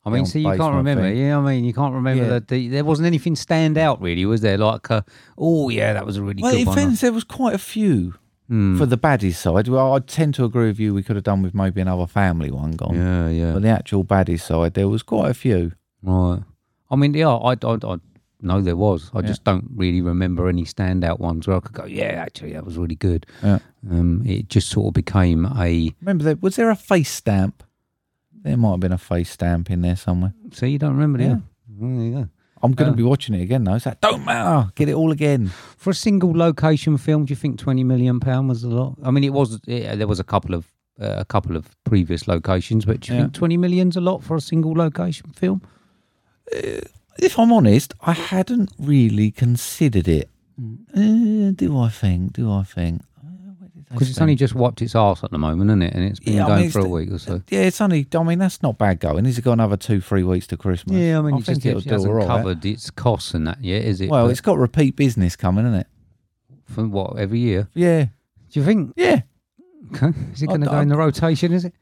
[SPEAKER 2] I mean,
[SPEAKER 1] Yeah,
[SPEAKER 2] so you can't
[SPEAKER 1] basement
[SPEAKER 2] remember.
[SPEAKER 1] thing.
[SPEAKER 2] Yeah, I mean, you can't remember
[SPEAKER 1] Yeah.
[SPEAKER 2] that the, there wasn't anything stand out really, was there? Like, uh, oh yeah, that was a really
[SPEAKER 1] Well,
[SPEAKER 2] good
[SPEAKER 1] in
[SPEAKER 2] one.
[SPEAKER 1] fairness, there was quite a few
[SPEAKER 2] Hmm.
[SPEAKER 1] for the baddie side. Well, I tend to agree with you. We could have done with maybe another family one gone,
[SPEAKER 2] Yeah, yeah.
[SPEAKER 1] but the actual baddie side, there was quite a few.
[SPEAKER 2] Right. I mean, yeah, I, I, I know there was. I just don't really remember any standout ones where I could go, yeah, actually, that was really good.
[SPEAKER 1] Yeah.
[SPEAKER 2] Um, it just sort of became a.
[SPEAKER 1] Remember, there, was there a face stamp? There might have been a face stamp in there somewhere.
[SPEAKER 2] See, you don't remember, do
[SPEAKER 1] Yeah.
[SPEAKER 2] you? Well, there you go.
[SPEAKER 1] I'm going to be watching it again though. It's like, don't matter, get it all again.
[SPEAKER 2] For a single location film, do you think twenty million pound was a lot? I mean, it was. Yeah, there was a couple of uh, a couple of previous locations, but do you
[SPEAKER 1] Yeah.
[SPEAKER 2] think twenty million's a lot for a single location film?
[SPEAKER 1] If I'm honest, I hadn't really considered it.
[SPEAKER 2] Hmm.
[SPEAKER 1] Uh, do I think? Do I think? Uh, where did they
[SPEAKER 2] Because it's
[SPEAKER 1] spend-
[SPEAKER 2] only just wiped its arse at the moment, isn't it? And it's been
[SPEAKER 1] Yeah, I
[SPEAKER 2] going
[SPEAKER 1] mean,
[SPEAKER 2] for a
[SPEAKER 1] it's-
[SPEAKER 2] week or so.
[SPEAKER 1] Yeah, it's only. I mean, that's not bad going. Has it got another two, three weeks to Christmas?
[SPEAKER 2] Yeah, I mean,
[SPEAKER 1] I
[SPEAKER 2] it
[SPEAKER 1] think
[SPEAKER 2] just
[SPEAKER 1] it'll
[SPEAKER 2] it
[SPEAKER 1] do
[SPEAKER 2] hasn't
[SPEAKER 1] all right.
[SPEAKER 2] covered its costs and that yet, is it?
[SPEAKER 1] Well,
[SPEAKER 2] But
[SPEAKER 1] it's got repeat business coming, isn't it?
[SPEAKER 2] for what every year.
[SPEAKER 1] Yeah,
[SPEAKER 2] Do you think
[SPEAKER 1] yeah.
[SPEAKER 2] (laughs) is it going to
[SPEAKER 1] I-
[SPEAKER 2] go
[SPEAKER 1] I-
[SPEAKER 2] in the rotation? Is it?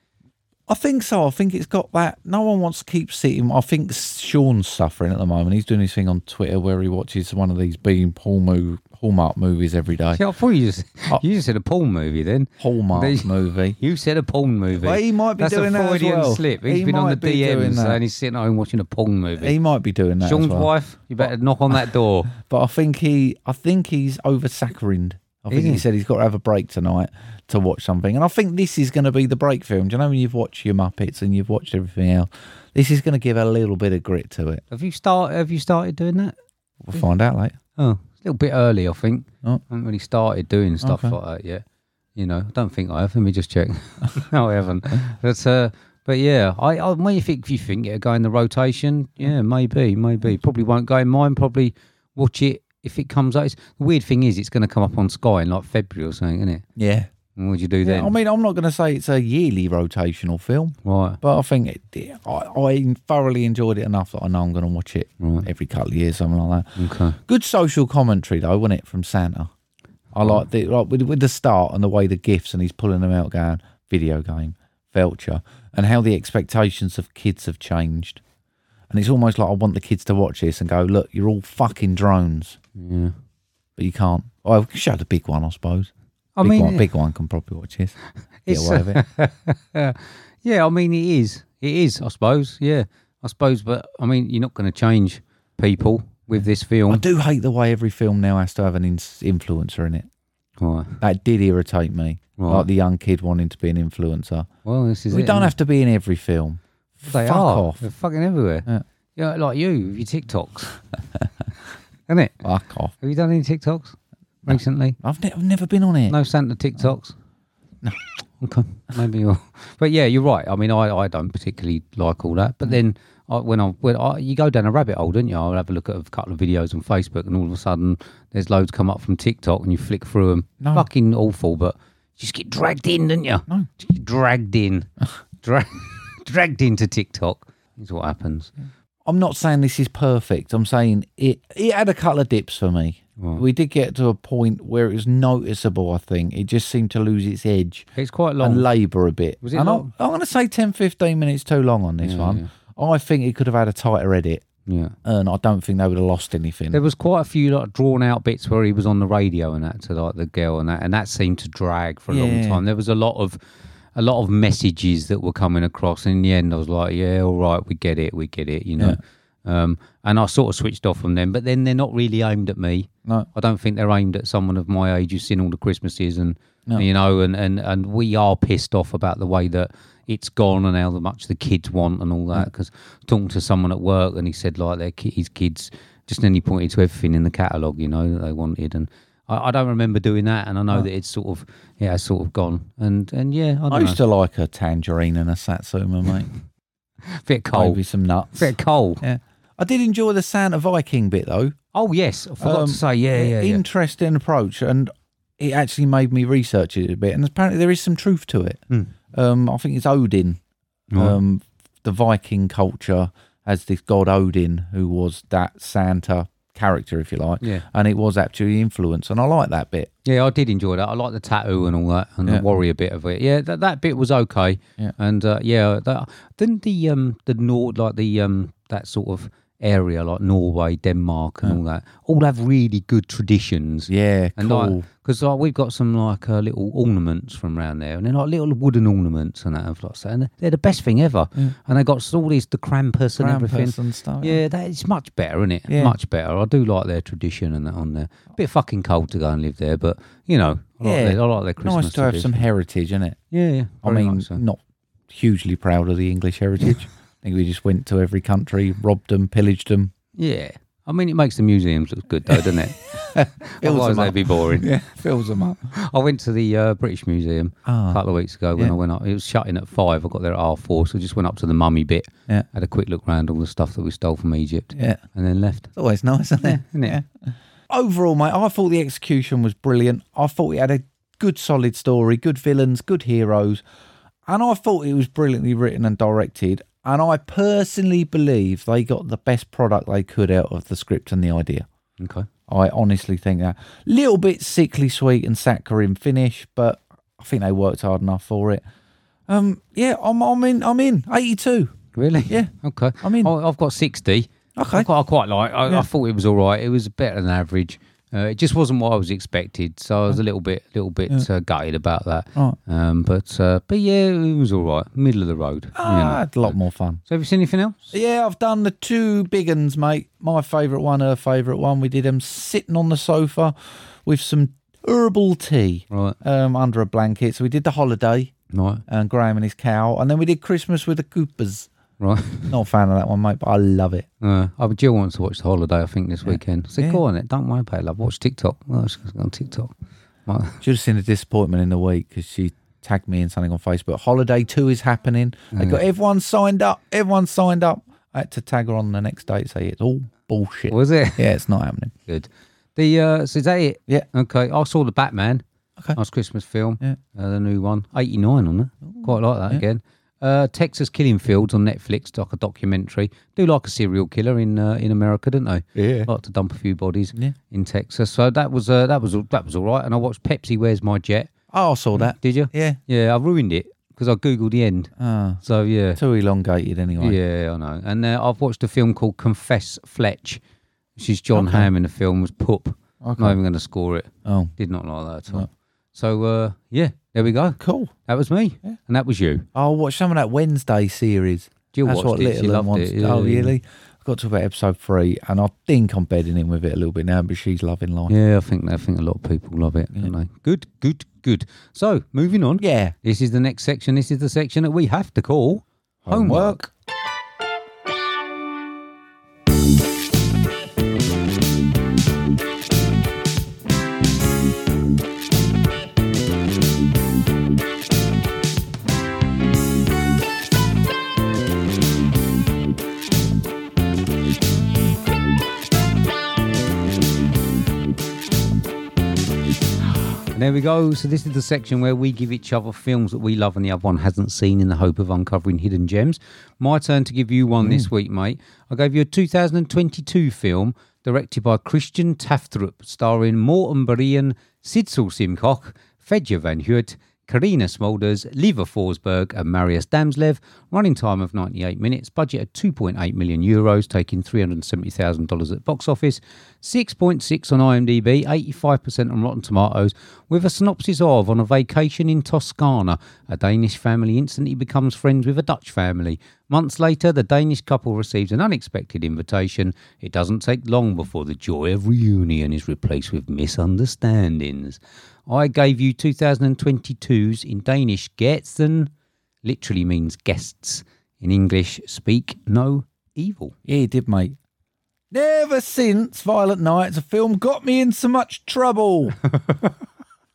[SPEAKER 1] I think so. I think it's got that. No one wants to keep sitting. I think Sean's suffering at the moment. He's doing his thing on Twitter where he watches one of these Beam Hallmark, Hallmark movies every day.
[SPEAKER 2] See, I thought you just
[SPEAKER 1] I-
[SPEAKER 2] you just said a porn movie. Then
[SPEAKER 1] Hallmark
[SPEAKER 2] They- (laughs)
[SPEAKER 1] movie.
[SPEAKER 2] you said a porn movie.
[SPEAKER 1] Well, he might be
[SPEAKER 2] That's
[SPEAKER 1] doing
[SPEAKER 2] a
[SPEAKER 1] that as
[SPEAKER 2] Freudian
[SPEAKER 1] well.
[SPEAKER 2] slip. He's
[SPEAKER 1] He
[SPEAKER 2] been on the
[SPEAKER 1] might be doing
[SPEAKER 2] DMs
[SPEAKER 1] that.
[SPEAKER 2] and he's sitting at home watching a porn movie.
[SPEAKER 1] He might be doing that. as
[SPEAKER 2] Sean's
[SPEAKER 1] well.
[SPEAKER 2] wife, you better knock
[SPEAKER 1] (laughs)
[SPEAKER 2] on that door.
[SPEAKER 1] but I think he, I think he's over saccharined. I think
[SPEAKER 2] Is
[SPEAKER 1] he?
[SPEAKER 2] he?
[SPEAKER 1] said he's got to have a break tonight to watch something, and I think this is going to be the break film. Do you know when you've watched your Muppets and you've watched everything else? This is going to give a little bit of grit to it.
[SPEAKER 2] have you start? Have you started doing that?
[SPEAKER 1] We'll find out later.
[SPEAKER 2] Oh, it's a little bit early, I think.
[SPEAKER 1] Oh.
[SPEAKER 2] I haven't really started doing stuff like that yet. You know, I don't think I have. Let me just check. (laughs) no, I haven't. But uh, but yeah, I, I maybe think if you think it'll go in the rotation, yeah, maybe, maybe. Probably won't go in mine. Probably watch it if it comes out. It's, the weird thing is, it's going to come up on Sky in like February or something, isn't it?
[SPEAKER 1] Yeah.
[SPEAKER 2] And what do you do
[SPEAKER 1] Yeah,
[SPEAKER 2] then?
[SPEAKER 1] I mean, I'm not going to say it's a yearly rotational film,
[SPEAKER 2] right.
[SPEAKER 1] but I think it, I, I thoroughly enjoyed it enough that I know I'm going to watch it
[SPEAKER 2] Right.
[SPEAKER 1] every couple of years, something like that.
[SPEAKER 2] Okay.
[SPEAKER 1] Good social commentary, though, wasn't it, from Santa? I like the like with, with the start and the way the gifts and he's pulling them out, going video game, voucher, and how the expectations of kids have changed. And it's almost like I want the kids to watch this and go, look, you're all fucking drones,
[SPEAKER 2] Yeah.
[SPEAKER 1] but you can't. I uh, show the big one, I suppose.
[SPEAKER 2] I
[SPEAKER 1] big
[SPEAKER 2] mean,
[SPEAKER 1] one, big one can probably watch this. Get
[SPEAKER 2] It's, uh,
[SPEAKER 1] away with it.
[SPEAKER 2] yeah, I mean, it is. It is, I suppose. Yeah, I suppose. But I mean, you're not going to change people with this
[SPEAKER 1] I
[SPEAKER 2] film.
[SPEAKER 1] do hate the way every film now has to have an in- influencer in it.
[SPEAKER 2] Right.
[SPEAKER 1] That did irritate me.
[SPEAKER 2] Right.
[SPEAKER 1] Like the young kid wanting to be an influencer.
[SPEAKER 2] Well, this is
[SPEAKER 1] we
[SPEAKER 2] it,
[SPEAKER 1] don't
[SPEAKER 2] innit?
[SPEAKER 1] have to be in every film.
[SPEAKER 2] They
[SPEAKER 1] Fuck
[SPEAKER 2] are.
[SPEAKER 1] off.
[SPEAKER 2] They're fucking everywhere.
[SPEAKER 1] Yeah.
[SPEAKER 2] Yeah, like you with your TikToks. (laughs) Isn't it?
[SPEAKER 1] Fuck off.
[SPEAKER 2] Have you done any TikToks recently?
[SPEAKER 1] I've, ne- I've never been on it.
[SPEAKER 2] No Santa TikToks. No. (laughs) Okay, maybe you're. (laughs) But yeah, you're right. I mean, I, I don't particularly like all that. But then I, when I when I, you go down a rabbit hole, don't you? I'll have a look at a couple of videos on Facebook, and all of a sudden there's loads come up from TikTok, and you flick through them.
[SPEAKER 1] No.
[SPEAKER 2] Fucking awful, but you just get dragged in, don't you? No. dragged in, Dra- (laughs) dragged into TikTok is what happens.
[SPEAKER 1] I'm not saying this is perfect. I'm saying it it had a couple of dips for me. We did get to a point where it was noticeable, I think. It just seemed to lose its edge
[SPEAKER 2] It's quite long.
[SPEAKER 1] and labour a bit.
[SPEAKER 2] Oh. Was it
[SPEAKER 1] and
[SPEAKER 2] long?
[SPEAKER 1] I'm, I'm going to say 10, 15 minutes too long on this one. I think it could have had a tighter edit,
[SPEAKER 2] yeah.
[SPEAKER 1] and I don't think they would have lost anything.
[SPEAKER 2] There was quite a few like drawn out bits where he was on the radio and that to like the girl and that, and that seemed to drag for a long
[SPEAKER 1] Yeah.
[SPEAKER 2] time. There was a lot of a lot of messages that were coming across, and in the end, I was like, "Yeah, all right, we get it, we get it," you know. Um, and I sort of switched off from them, but then they're not really aimed at me.
[SPEAKER 1] No.
[SPEAKER 2] I don't think they're aimed at someone of my age who's seen all the Christmases and you know, and, and and we are pissed off about the way that it's gone and how much the kids want and all that. Because talking to someone at work and he said like their ki- his kids just then he pointed to everything in the catalogue, you know, that they wanted and. I I don't remember doing that, and I know that it's sort of yeah, it's sort of gone, and and yeah, I
[SPEAKER 1] I
[SPEAKER 2] don't
[SPEAKER 1] used
[SPEAKER 2] know,
[SPEAKER 1] to like a tangerine and a satsuma, mate.
[SPEAKER 2] bit cold,
[SPEAKER 1] Maybe some nuts.
[SPEAKER 2] bit cold.
[SPEAKER 1] Yeah. I did enjoy the Santa Viking bit though.
[SPEAKER 2] Oh yes, I forgot
[SPEAKER 1] Um,
[SPEAKER 2] to say, yeah, yeah, yeah.
[SPEAKER 1] Interesting approach, and it actually made me research it a bit. And apparently, there is some truth to it.
[SPEAKER 2] Hmm.
[SPEAKER 1] Um, I think it's Odin. Um, the Viking culture has this god Odin, who was that Santa character, if you like.
[SPEAKER 2] Yeah.
[SPEAKER 1] And it was actually influence, and I like that bit.
[SPEAKER 2] Yeah, I did enjoy that. I like the tattoo and all that, and
[SPEAKER 1] Yeah.
[SPEAKER 2] the warrior bit of it. Yeah, that, that bit was okay.
[SPEAKER 1] Yeah.
[SPEAKER 2] And uh, yeah, that, didn't the um the Nord like the um that sort of area like Norway, Denmark, and all that all have really good traditions.
[SPEAKER 1] Yeah,
[SPEAKER 2] And
[SPEAKER 1] cool.
[SPEAKER 2] because like, we've got some like uh, little ornaments from around there, and they're like little wooden ornaments and that, and like that, and they're the best thing ever. And they got all these the Krampus and everything.
[SPEAKER 1] Krampus and stuff.
[SPEAKER 2] Yeah, that is much better, isn't it?
[SPEAKER 1] Oh, Yeah.
[SPEAKER 2] Much better. I do like their tradition and that on there. bit fucking cold to go and live there, but you know, I like,
[SPEAKER 1] Yeah.
[SPEAKER 2] their, I like their Christmas.
[SPEAKER 1] nice to have some
[SPEAKER 2] tradition.
[SPEAKER 1] heritage, isn't it?
[SPEAKER 2] Yeah, yeah.
[SPEAKER 1] I
[SPEAKER 2] very
[SPEAKER 1] mean,
[SPEAKER 2] much so.
[SPEAKER 1] not hugely proud of the English (laughs) heritage. I think we just went to every country, robbed them, pillaged them.
[SPEAKER 2] yeah. I mean, it makes the museums look good though,
[SPEAKER 1] (laughs)
[SPEAKER 2] doesn't it? Otherwise, they'd be boring.
[SPEAKER 1] Yeah, (laughs) fills them up.
[SPEAKER 2] I went to the uh, British Museum a couple of weeks ago when
[SPEAKER 1] Ah. Yeah.
[SPEAKER 2] I went up. It was shutting at five. I got there at half four, so just went up to the mummy bit,
[SPEAKER 1] Yeah.
[SPEAKER 2] had a quick look round all the stuff that we stole from Egypt,
[SPEAKER 1] Yeah.
[SPEAKER 2] and then left.
[SPEAKER 1] It's always nice, isn't it?
[SPEAKER 2] Isn't it?
[SPEAKER 1] Overall, mate, I thought the execution was brilliant. I thought it had a good, solid story, good villains, good heroes. And I thought it was brilliantly written and directed. And I personally believe they got the best product they could out of the script and the idea.
[SPEAKER 2] Okay.
[SPEAKER 1] I honestly think that. Little bit sickly sweet and saccharine finish, but I think they worked hard enough for it. Um, yeah, I'm, I'm in. I'm in. 82.
[SPEAKER 2] Really?
[SPEAKER 1] Yeah.
[SPEAKER 2] Okay.
[SPEAKER 1] I mean-
[SPEAKER 2] I, I've got 60.
[SPEAKER 1] Okay.
[SPEAKER 2] I quite, I quite like I,
[SPEAKER 1] Yeah.
[SPEAKER 2] I thought it was all right. It was better than average. Uh, it just wasn't what I was expected, so I was a little bit, little bit uh, gutted about that.
[SPEAKER 1] Right.
[SPEAKER 2] Um, but uh, but yeah, it was all right, middle of the road. you
[SPEAKER 1] Ah, I
[SPEAKER 2] know.
[SPEAKER 1] had a lot more fun.
[SPEAKER 2] So have you seen anything else?
[SPEAKER 1] Yeah, I've done the two big uns, mate. My favourite one, her favourite one. We did them sitting on the sofa with some herbal tea
[SPEAKER 2] Right,
[SPEAKER 1] um, under a blanket. So we did the holiday
[SPEAKER 2] right,
[SPEAKER 1] and Graham and his cow, and then we did Christmas with the Coopers.
[SPEAKER 2] right. (laughs)
[SPEAKER 1] Not a fan of that one, mate, but I love it.
[SPEAKER 2] Uh, oh, but Jill wants to watch the holiday. I think this weekend. I said, go on it. Don't worry about it, love. Watch TikTok. Oh, she's on TikTok. Right.
[SPEAKER 1] Should have seen the disappointment in the week because she tagged me in something on Facebook. Holiday two is happening. They
[SPEAKER 2] Mm.
[SPEAKER 1] got everyone signed up. Everyone signed up. I had to tag her on the next day. and Say it's all bullshit.
[SPEAKER 2] Was it?
[SPEAKER 1] Yeah, it's not happening.
[SPEAKER 2] Good. The uh, so is that it?
[SPEAKER 1] Yeah.
[SPEAKER 2] Okay. I saw the Batman.
[SPEAKER 1] Okay.
[SPEAKER 2] Nice Christmas film.
[SPEAKER 1] Yeah.
[SPEAKER 2] Uh, the new one. Eighty nine on it. Quite like that again. Uh, Texas Killing Fields on Netflix, like a documentary. Do like a serial killer in uh, in America, don't they?
[SPEAKER 1] Yeah.
[SPEAKER 2] Like to dump a few bodies
[SPEAKER 1] Yeah.
[SPEAKER 2] in Texas. So that was uh, that was that was all right. And I watched Pepsi. Where's my jet?
[SPEAKER 1] Oh, I saw that.
[SPEAKER 2] Did you?
[SPEAKER 1] Yeah.
[SPEAKER 2] Yeah. I ruined it because I googled the end.
[SPEAKER 1] Ah,
[SPEAKER 2] So yeah.
[SPEAKER 1] too elongated anyway.
[SPEAKER 2] Yeah, I know. And uh, I've watched a film called Confess Fletch. She's John Hamm in the film was Poop. I'm not even going to score it.
[SPEAKER 1] Oh.
[SPEAKER 2] Did not like that at all. So uh, yeah, there we go.
[SPEAKER 1] Cool.
[SPEAKER 2] That was me, and that was you.
[SPEAKER 1] I'll watch some of that Wednesday series.
[SPEAKER 2] Jill
[SPEAKER 1] That's
[SPEAKER 2] watched
[SPEAKER 1] what
[SPEAKER 2] it.
[SPEAKER 1] Little
[SPEAKER 2] She
[SPEAKER 1] Em
[SPEAKER 2] loved
[SPEAKER 1] wants.
[SPEAKER 2] it, yeah.
[SPEAKER 1] Oh, really? I got to about episode three, and I think I'm bedding in with it a little bit now, but she's loving life.
[SPEAKER 2] Yeah, I think I think a lot of people love it. Don't they? Good, good, good. So moving on.
[SPEAKER 1] Yeah.
[SPEAKER 2] This is the next section. This is the section that we have to call homework. And there we go. So this is the section where we give each other films that we love and the other one hasn't seen in the hope of uncovering hidden gems. My turn to give you one this week, mate. I gave you a 2022 film directed by Christian Taftrup, starring Morten Berrien, Sidsel Simcock, Fedja Van Huert, Karina Smulders, Leva Forsberg, and Marius Damslev. Running time of 98 minutes, budget of 2.8 million euros, taking $370,000 at box office, 6.6 on IMDb, 85% on Rotten Tomatoes, with a synopsis of On a vacation in Toscana, a Danish family instantly becomes friends with a Dutch family. Months later, the Danish couple receives an unexpected invitation. It doesn't take long before the joy of reunion is replaced with misunderstandings. I gave you 2022's in Danish Gæsten, literally means guests. In English, speak no evil.
[SPEAKER 1] Yeah, he did, mate. Never since Violent Nights, a film got me in so much trouble.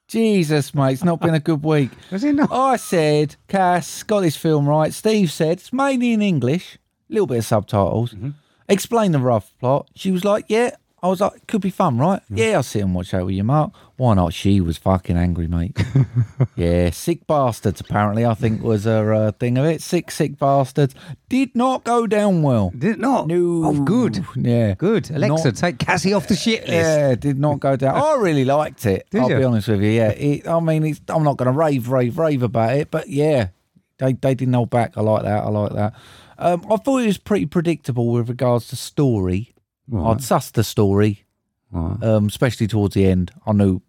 [SPEAKER 1] Jesus, mate, it's not been a good week.
[SPEAKER 2] Was it not?
[SPEAKER 1] I said, Cass got this film right. Steve said, it's mainly in English, a little bit of subtitles. Explain the rough plot. She was like, yeah. I was like, could be fun, right? Yeah, I'll sit and watch that with you, Mark. Why not? She was fucking angry, mate. yeah, sick bastards, apparently, I think was her uh, thing of it. Sick, sick bastards. Did not go down well.
[SPEAKER 2] Did it not?
[SPEAKER 1] No.
[SPEAKER 2] Oh, good.
[SPEAKER 1] Yeah.
[SPEAKER 2] Good. Alexa,
[SPEAKER 1] Not-
[SPEAKER 2] take Cassie off the shit list.
[SPEAKER 1] Yeah, it did not go down. I really liked it.
[SPEAKER 2] Did
[SPEAKER 1] I'll
[SPEAKER 2] you?
[SPEAKER 1] be honest with you. Yeah, it, I mean, it's, I'm not going to rave, rave, rave about it, but yeah, they they didn't hold back. I like that. I like that. Um, I thought it was pretty predictable with regards to story. I'd suss the story,
[SPEAKER 2] Right.
[SPEAKER 1] um, especially towards the end. I knew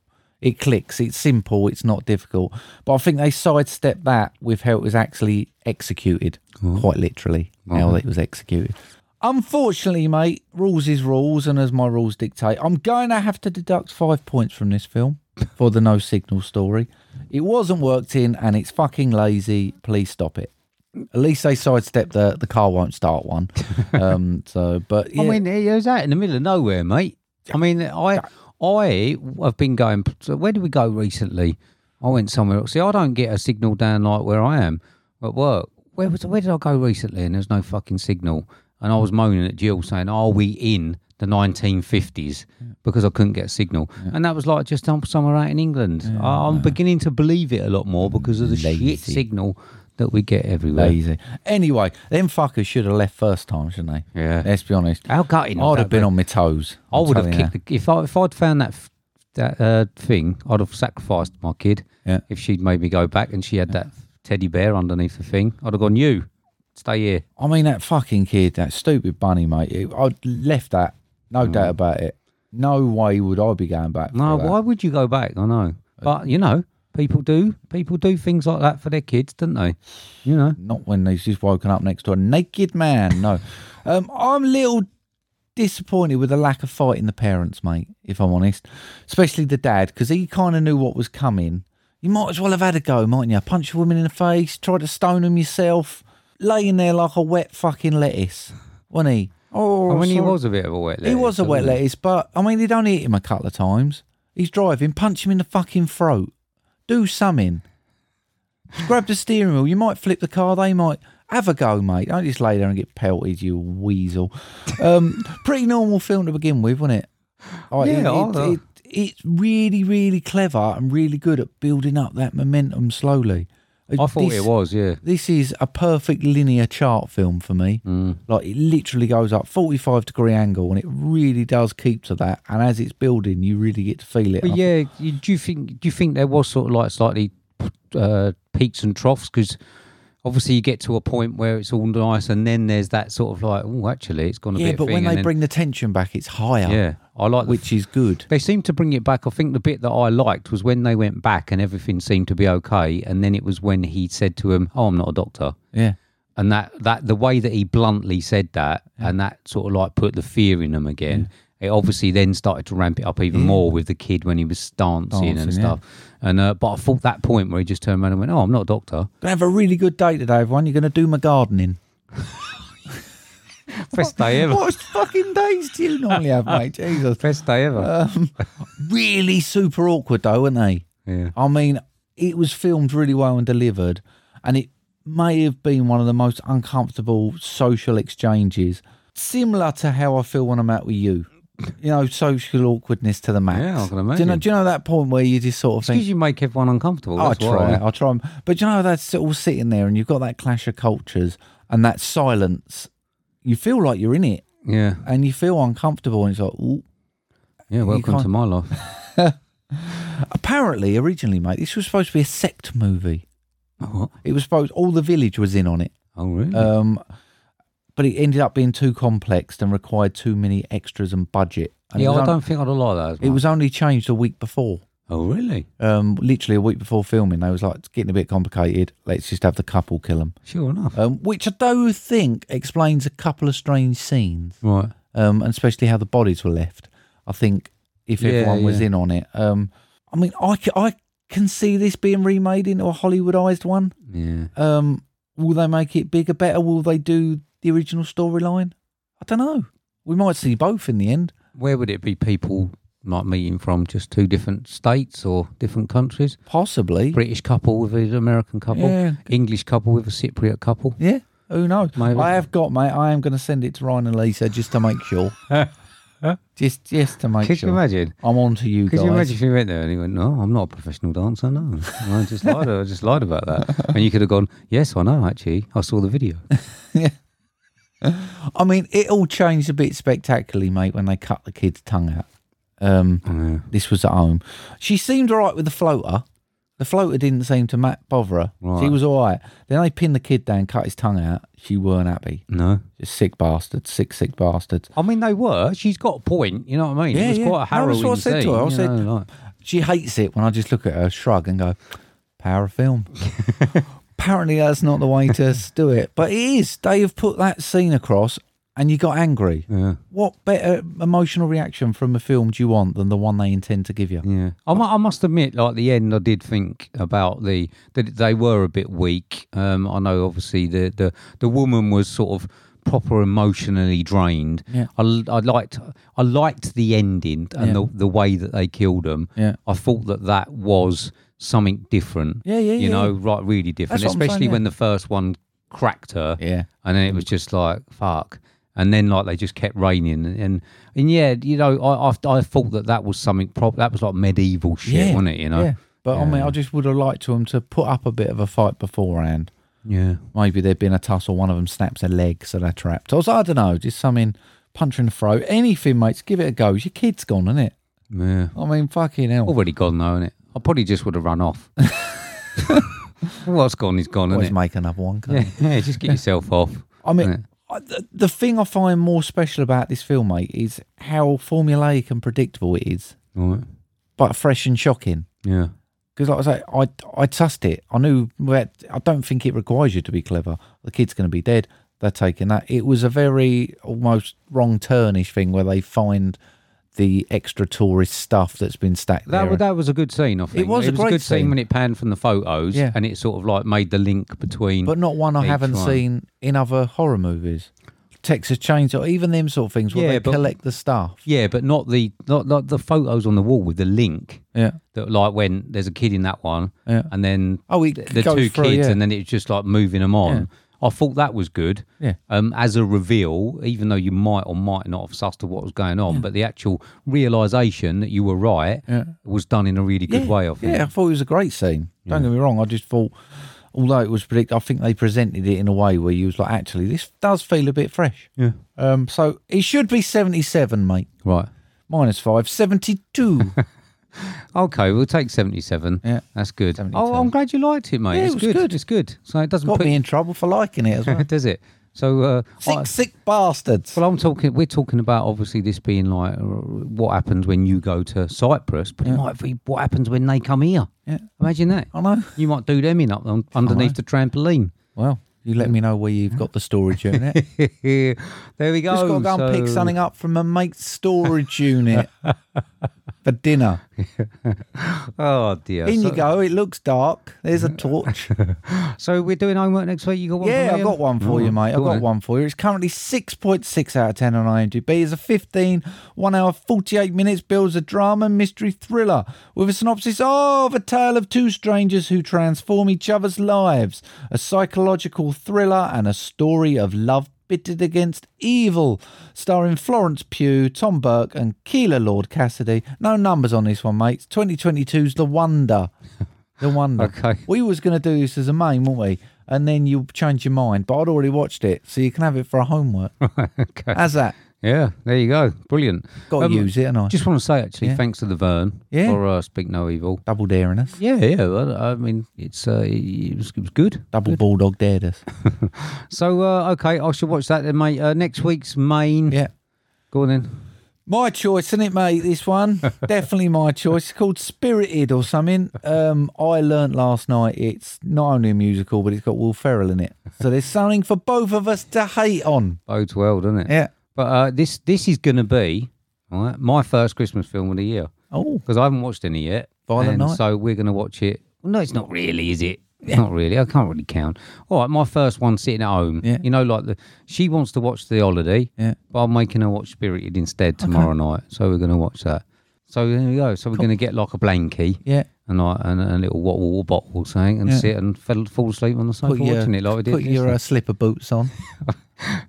[SPEAKER 1] it clicks. It's simple. It's not difficult. But I think they sidestepped that with how it was actually executed, quite literally, how it was executed. Unfortunately, mate, rules is rules, and as my rules dictate, I'm going to have to deduct five points from this
[SPEAKER 2] (laughs)
[SPEAKER 1] film for the no signal story. It wasn't worked in, and it's fucking lazy. Please stop it. At least they sidestepped the the car won't start
[SPEAKER 2] (laughs)
[SPEAKER 1] one. Um, so, but yeah,
[SPEAKER 2] I mean, it was out in the middle of nowhere, mate. I mean, I I have been going. So where did we go recently? I went somewhere else. See, I don't get a signal down like where I am at work. Where was where did I go recently? And there's no fucking signal. And I was moaning at Jill saying, "Are we in the 1950s?" Because I couldn't get a signal. And that was like just um, somewhere out in England. I, I'm beginning to believe it a lot more because of the shit
[SPEAKER 1] Lazy.
[SPEAKER 2] signal that we get everywhere.
[SPEAKER 1] lazy. Anyway, them fuckers should have left first time, shouldn't they?
[SPEAKER 2] Yeah.
[SPEAKER 1] Let's be honest.
[SPEAKER 2] How gutting! would
[SPEAKER 1] I'd have been on my toes.
[SPEAKER 2] I
[SPEAKER 1] I'm
[SPEAKER 2] would have
[SPEAKER 1] telling you
[SPEAKER 2] kicked the, if I if I'd found that f- that uh, thing, I'd have sacrificed my kid.
[SPEAKER 1] Yeah.
[SPEAKER 2] If she'd made me go back and she had that teddy bear underneath the thing, I'd have gone. You stay here.
[SPEAKER 1] I mean, that fucking kid, that stupid bunny, mate. It, I'd left that, no doubt about it. No way would I be going back.
[SPEAKER 2] Mm. No,
[SPEAKER 1] for that.
[SPEAKER 2] why would you go back? I know, but you know, people do. People do things like that for their kids, don't they? You know.
[SPEAKER 1] Not when he's just woken up next to a naked man.
[SPEAKER 2] (laughs)
[SPEAKER 1] No, um, I'm a little disappointed with the lack of fighting the parents, mate. If I'm honest, especially the dad, because he kind of knew what was coming. You might as well have had a go, mightn't you? Punch a woman in the face, try to stone him yourself, laying there like a wet fucking lettuce, wasn't he? Oh,
[SPEAKER 2] I mean, he
[SPEAKER 1] sorry.
[SPEAKER 2] was a bit of a wet.
[SPEAKER 1] He
[SPEAKER 2] lettuce,
[SPEAKER 1] was a wet
[SPEAKER 2] wasn't he?
[SPEAKER 1] lettuce, but I mean, he'd only hit him a couple of times. He's driving, punch him in the fucking throat. Do something. Grab the steering wheel. You might flip the car. They might have a go, mate. Don't just lay there and get pelted, you weasel. Um, (laughs) pretty normal film to begin with, wasn't it? Oh, it-
[SPEAKER 2] Yeah,
[SPEAKER 1] it,
[SPEAKER 2] I-
[SPEAKER 1] it, it's really, really clever and really good at building up that momentum slowly.
[SPEAKER 2] I thought it
[SPEAKER 1] This-
[SPEAKER 2] was. Yeah.
[SPEAKER 1] this is a perfect linear chart film for me.
[SPEAKER 2] Mm.
[SPEAKER 1] Like it literally goes up 45 degree angle and it really does keep to that. And as it's building, you really get to feel it.
[SPEAKER 2] But
[SPEAKER 1] I-
[SPEAKER 2] yeah, you, do you think do you think there was sort of like slightly uh, peaks and troughs? Because I obviously you get to a point where it's all nice, and then there's that sort of like, oh, actually, it's gone a
[SPEAKER 1] Yeah,
[SPEAKER 2] bit.
[SPEAKER 1] but
[SPEAKER 2] thing,
[SPEAKER 1] when
[SPEAKER 2] and
[SPEAKER 1] they
[SPEAKER 2] then-
[SPEAKER 1] bring the tension back, it's higher.
[SPEAKER 2] yeah, I like the
[SPEAKER 1] which is good.
[SPEAKER 2] They seemed to bring it back. I think the bit that I liked was when they went back and everything seemed to be okay, and then it was when he said to him, "Oh, I'm not a doctor,"
[SPEAKER 1] Yeah,
[SPEAKER 2] and that that the way that he bluntly said that, and that sort of like put the fear in them again. It obviously then started to ramp it up even more with the kid when he was dancing,
[SPEAKER 1] Dancing,
[SPEAKER 2] and
[SPEAKER 1] yeah.
[SPEAKER 2] stuff. And uh, but I thought that point where he just turned around and went, "Oh, I'm not a
[SPEAKER 1] (laughs)
[SPEAKER 2] doctor."
[SPEAKER 1] gonna have a really good day today, everyone. You're gonna do my gardening.
[SPEAKER 2] (laughs) Best day ever.
[SPEAKER 1] What fucking days do you normally have, mate? Jesus.
[SPEAKER 2] Best day ever.
[SPEAKER 1] Really super awkward though, weren't they?
[SPEAKER 2] yeah.
[SPEAKER 1] (laughs) I mean, it was filmed really well and delivered, and it may have been one of the most uncomfortable social exchanges, similar to how I feel when I'm out with you. You know, social awkwardness to the max.
[SPEAKER 2] Yeah, I can
[SPEAKER 1] Do you know,
[SPEAKER 2] imagine.
[SPEAKER 1] do you know that point where you just sort of think, "Oh,
[SPEAKER 2] Because you make everyone uncomfortable.
[SPEAKER 1] I'll
[SPEAKER 2] That's why.
[SPEAKER 1] try. I'll try. 'em. But you know, that's all sitting there, and you've got that clash of cultures and that silence. You feel like you're in it,
[SPEAKER 2] Yeah.
[SPEAKER 1] and you feel uncomfortable, and it's like, ooh.
[SPEAKER 2] Yeah. Welcome
[SPEAKER 1] can't-
[SPEAKER 2] to my life.
[SPEAKER 1] (laughs) apparently, originally, mate, this was supposed to be a sect movie.
[SPEAKER 2] What?
[SPEAKER 1] It was supposed all the village was in on it,
[SPEAKER 2] Oh, really?
[SPEAKER 1] um, but it ended up being too complex and required too many extras and budget. And
[SPEAKER 2] yeah,
[SPEAKER 1] it was
[SPEAKER 2] I
[SPEAKER 1] on-
[SPEAKER 2] don't think I'd have liked that as much.
[SPEAKER 1] It was only changed a week before.
[SPEAKER 2] Oh, really?
[SPEAKER 1] Um, literally a week before filming, they was like, "It's getting a bit complicated. Let's just have the couple kill them."
[SPEAKER 2] Sure enough.
[SPEAKER 1] um, which I do think explains a couple of strange scenes,
[SPEAKER 2] Right.
[SPEAKER 1] um, and especially how the bodies were left. I think if
[SPEAKER 2] Yeah,
[SPEAKER 1] everyone was
[SPEAKER 2] yeah.
[SPEAKER 1] in on it, um, I mean, I, c- I can see this being remade into a Hollywoodized one.
[SPEAKER 2] Yeah.
[SPEAKER 1] Um, will they make it bigger, better? Will they do the original storyline? I don't know. We might see both in the end.
[SPEAKER 2] Where would it be people like meeting from just two different states or different countries?
[SPEAKER 1] Possibly.
[SPEAKER 2] British couple with an American couple,
[SPEAKER 1] Yeah.
[SPEAKER 2] English couple with a Cypriot couple.
[SPEAKER 1] Yeah. Who knows?
[SPEAKER 2] Maybe.
[SPEAKER 1] I have got, mate. I am going to send it to Ryan and Lisa just to make
[SPEAKER 2] (laughs)
[SPEAKER 1] sure. just, just to make
[SPEAKER 2] Could
[SPEAKER 1] sure.
[SPEAKER 2] you imagine?
[SPEAKER 1] I'm on to you
[SPEAKER 2] Could
[SPEAKER 1] guys.
[SPEAKER 2] you imagine if you went there and he went, "No, I'm not a professional dancer. No, I just lied. I just lied about that." And you could have gone, "Yes, I know. Actually, I saw the video."
[SPEAKER 1] I mean, it all changed a bit spectacularly, mate, when they cut the kid's tongue out. Um,
[SPEAKER 2] Oh, Yeah.
[SPEAKER 1] This was at home. She seemed all right with the floater. The floater didn't seem to ma- bother her. She
[SPEAKER 2] Right.
[SPEAKER 1] was all right. Then they pinned the kid down, cut his tongue out. She weren't happy.
[SPEAKER 2] No,
[SPEAKER 1] Just sick bastards, sick, sick bastards.
[SPEAKER 2] I mean they were. She's got a point. You know what I mean?
[SPEAKER 1] Yeah,
[SPEAKER 2] it was
[SPEAKER 1] yeah.
[SPEAKER 2] quite a
[SPEAKER 1] No,
[SPEAKER 2] harrowing
[SPEAKER 1] that's what I said to
[SPEAKER 2] scene,
[SPEAKER 1] her. I
[SPEAKER 2] you
[SPEAKER 1] said-
[SPEAKER 2] know, like-
[SPEAKER 1] She hates it when I just look at her, shrug, and go, power of
[SPEAKER 2] (laughs)
[SPEAKER 1] film. Apparently, that's not the way to s- do it. But it is. They have put that scene across, and you got angry.
[SPEAKER 2] yeah.
[SPEAKER 1] What better emotional reaction from a film do you want than the one they intend to give you?
[SPEAKER 2] Yeah, I, mu- I must admit, like the end, I did think about the that they were a bit weak. Um, I know, obviously, the the the woman was sort of proper emotionally drained.
[SPEAKER 1] Yeah.
[SPEAKER 2] I, l- I liked I liked the ending and
[SPEAKER 1] Yeah.
[SPEAKER 2] the the way that they killed them.
[SPEAKER 1] Yeah.
[SPEAKER 2] I thought that that was something different.
[SPEAKER 1] Yeah, yeah, yeah,
[SPEAKER 2] you know,
[SPEAKER 1] yeah.
[SPEAKER 2] right, really different.
[SPEAKER 1] That's what I'm saying,
[SPEAKER 2] Especially
[SPEAKER 1] yeah.
[SPEAKER 2] when the first one cracked her.
[SPEAKER 1] Yeah.
[SPEAKER 2] And then it was just like fuck. And then like they just kept raining and and, and yeah, you know, I, I I thought that that was something prop that was like medieval shit,
[SPEAKER 1] Yeah,
[SPEAKER 2] wasn't it? You know, yeah.
[SPEAKER 1] But I mean, I just would have liked to them to put up a bit of a fight beforehand. Maybe there'd been a tussle, one of them snaps a leg, so they're trapped. Or, I don't know, just something, punch in the throat, anything, mates, give it a go. Your kid's gone, isn't it?
[SPEAKER 2] Yeah.
[SPEAKER 1] I mean, fucking hell.
[SPEAKER 2] Already gone though, innit? I probably just would have run (laughs) off. What's gone is gone,
[SPEAKER 1] Always
[SPEAKER 2] isn't it?
[SPEAKER 1] make another one, can't
[SPEAKER 2] Yeah, yeah, just (laughs) get yourself off.
[SPEAKER 1] I mean, I the, the thing I find more special about this film, mate, is how formulaic and predictable it is,
[SPEAKER 2] Right.
[SPEAKER 1] but fresh and shocking.
[SPEAKER 2] Yeah.
[SPEAKER 1] Because, like I say, I I trust it. I knew that I don't think it requires you to be clever. The kid's going to be dead. They're taking that. It was a very almost wrong turnish thing where they find the extra tourist stuff that's been stacked
[SPEAKER 2] That,
[SPEAKER 1] there.
[SPEAKER 2] wa- that was a good scene, I think.
[SPEAKER 1] was a great
[SPEAKER 2] good scene.
[SPEAKER 1] scene.
[SPEAKER 2] when it panned from the photos
[SPEAKER 1] Yeah.
[SPEAKER 2] and it sort of like made the link between.
[SPEAKER 1] but not one I
[SPEAKER 2] each
[SPEAKER 1] haven't
[SPEAKER 2] one.
[SPEAKER 1] seen in other horror movies. Texas Chainsaw, even them sort of things where
[SPEAKER 2] Yeah,
[SPEAKER 1] they
[SPEAKER 2] but-
[SPEAKER 1] collect the stuff.
[SPEAKER 2] Yeah, but not the not, not the photos on the wall with the link.
[SPEAKER 1] Yeah.
[SPEAKER 2] that like when there's a kid in that one
[SPEAKER 1] Yeah.
[SPEAKER 2] and then
[SPEAKER 1] Oh, it
[SPEAKER 2] th-
[SPEAKER 1] c-
[SPEAKER 2] the
[SPEAKER 1] goes
[SPEAKER 2] two
[SPEAKER 1] through,
[SPEAKER 2] kids
[SPEAKER 1] yeah.
[SPEAKER 2] and then it's just like moving them on i thought that was good
[SPEAKER 1] Yeah.
[SPEAKER 2] um as a reveal even though you might or might not have sussed what was going on but the actual realization that you were right was done in a really good way i think
[SPEAKER 1] Yeah, I thought it was a great scene. Don't get me wrong. I just thought, although it was predict, I think they presented it in a way where you was like, actually, this does feel a bit fresh. Yeah. Um. So it should be seventy-seven, mate.
[SPEAKER 2] right (laughs)
[SPEAKER 1] Minus five, 72.
[SPEAKER 2] Okay, we'll take 77.
[SPEAKER 1] Yeah.
[SPEAKER 2] That's good.
[SPEAKER 1] 72.
[SPEAKER 2] Oh, I'm glad you liked it, mate.
[SPEAKER 1] Yeah, it
[SPEAKER 2] it's
[SPEAKER 1] was
[SPEAKER 2] good.
[SPEAKER 1] good.
[SPEAKER 2] It's good. So it doesn't
[SPEAKER 1] Got
[SPEAKER 2] put
[SPEAKER 1] me in trouble for liking it as
[SPEAKER 2] (laughs)
[SPEAKER 1] well.
[SPEAKER 2] does it? So uh, I-
[SPEAKER 1] sick, sick bastards.
[SPEAKER 2] well, I'm talking. We're talking about obviously this being like uh, what happens when you go to Cyprus, but it might be what happens when they come here.
[SPEAKER 1] Yeah.
[SPEAKER 2] Imagine that.
[SPEAKER 1] I know.
[SPEAKER 2] You might do them in up on, underneath the trampoline. (laughs)
[SPEAKER 1] Well, you let me know where you've got the storage unit.
[SPEAKER 2] there we go.
[SPEAKER 1] Just got to go and pick
[SPEAKER 2] So-
[SPEAKER 1] something up from a mate's storage
[SPEAKER 2] (laughs)
[SPEAKER 1] unit for dinner.
[SPEAKER 2] Oh dear.
[SPEAKER 1] In
[SPEAKER 2] so,
[SPEAKER 1] you go. It looks dark. There's
[SPEAKER 2] (laughs)
[SPEAKER 1] a torch.
[SPEAKER 2] So we're doing homework next week. You got one?
[SPEAKER 1] yeah,
[SPEAKER 2] for
[SPEAKER 1] I've
[SPEAKER 2] me?
[SPEAKER 1] got one for you,
[SPEAKER 2] Oh,
[SPEAKER 1] mate. I've
[SPEAKER 2] go
[SPEAKER 1] got
[SPEAKER 2] on.
[SPEAKER 1] one for you. It's currently 6.6 out of 10 on IMDb. It's a 15, 1 hour, 48 minutes, builds a drama mystery thriller with a synopsis of a tale of two strangers who transform each other's lives, a psychological thriller, and a story of love bitted against evil, starring Florence Pugh, Tom Burke, and Keela Lord Cassidy. No numbers on this one, mate. 2022's The Wonder. The Wonder.
[SPEAKER 2] (laughs) Okay.
[SPEAKER 1] We was going to do this as a main, weren't we? And then you change your mind. But I'd already watched it, so you can have it for a homework.
[SPEAKER 2] (laughs) Okay.
[SPEAKER 1] How's that?
[SPEAKER 2] Yeah, there you go. Brilliant.
[SPEAKER 1] Got to
[SPEAKER 2] Um,
[SPEAKER 1] use it, and I
[SPEAKER 2] Just want to say actually,
[SPEAKER 1] Yeah.
[SPEAKER 2] thanks to the Vern
[SPEAKER 1] Yeah.
[SPEAKER 2] for uh, Speak No Evil.
[SPEAKER 1] double daring us,
[SPEAKER 2] Yeah, yeah. well, I mean, it's uh, it was, it was good.
[SPEAKER 1] double bulldog dared
[SPEAKER 2] (laughs)
[SPEAKER 1] us.
[SPEAKER 2] So uh, okay, I should watch that then, mate. Uh, next week's main.
[SPEAKER 1] Yeah.
[SPEAKER 2] Go on then.
[SPEAKER 1] My choice, isn't it, mate? This
[SPEAKER 2] (laughs)
[SPEAKER 1] one definitely my choice. It's called Spirited or something. Um, I learnt last night it's not only a musical, but it's got Will Ferrell in it. So there's something for both of us to hate on.
[SPEAKER 2] Bodes well, doesn't it?
[SPEAKER 1] Yeah.
[SPEAKER 2] But uh, this this is going to be all right, my first Christmas film of the year
[SPEAKER 1] Oh,
[SPEAKER 2] because I haven't watched any yet.
[SPEAKER 1] Violent
[SPEAKER 2] and
[SPEAKER 1] Night?
[SPEAKER 2] So we're going to watch it. Well, no, it's not really, is (laughs) it? It's Not really. I can't really count. All right, my first one sitting at home.
[SPEAKER 1] Yeah.
[SPEAKER 2] You know, like the she wants to watch The Holiday,
[SPEAKER 1] Yeah.
[SPEAKER 2] but I'm making her watch Spirited instead tomorrow night. So we're going to watch that. So there we go. So we're going to get like a blankie.
[SPEAKER 1] yeah.
[SPEAKER 2] And, like, and a little water water bottle or something, and
[SPEAKER 1] Yeah.
[SPEAKER 2] sit and fell, fall asleep on the sofa
[SPEAKER 1] Put your,
[SPEAKER 2] watching it like we did.
[SPEAKER 1] put
[SPEAKER 2] this
[SPEAKER 1] your
[SPEAKER 2] time.
[SPEAKER 1] uh, slipper boots
[SPEAKER 2] (laughs)
[SPEAKER 1] on.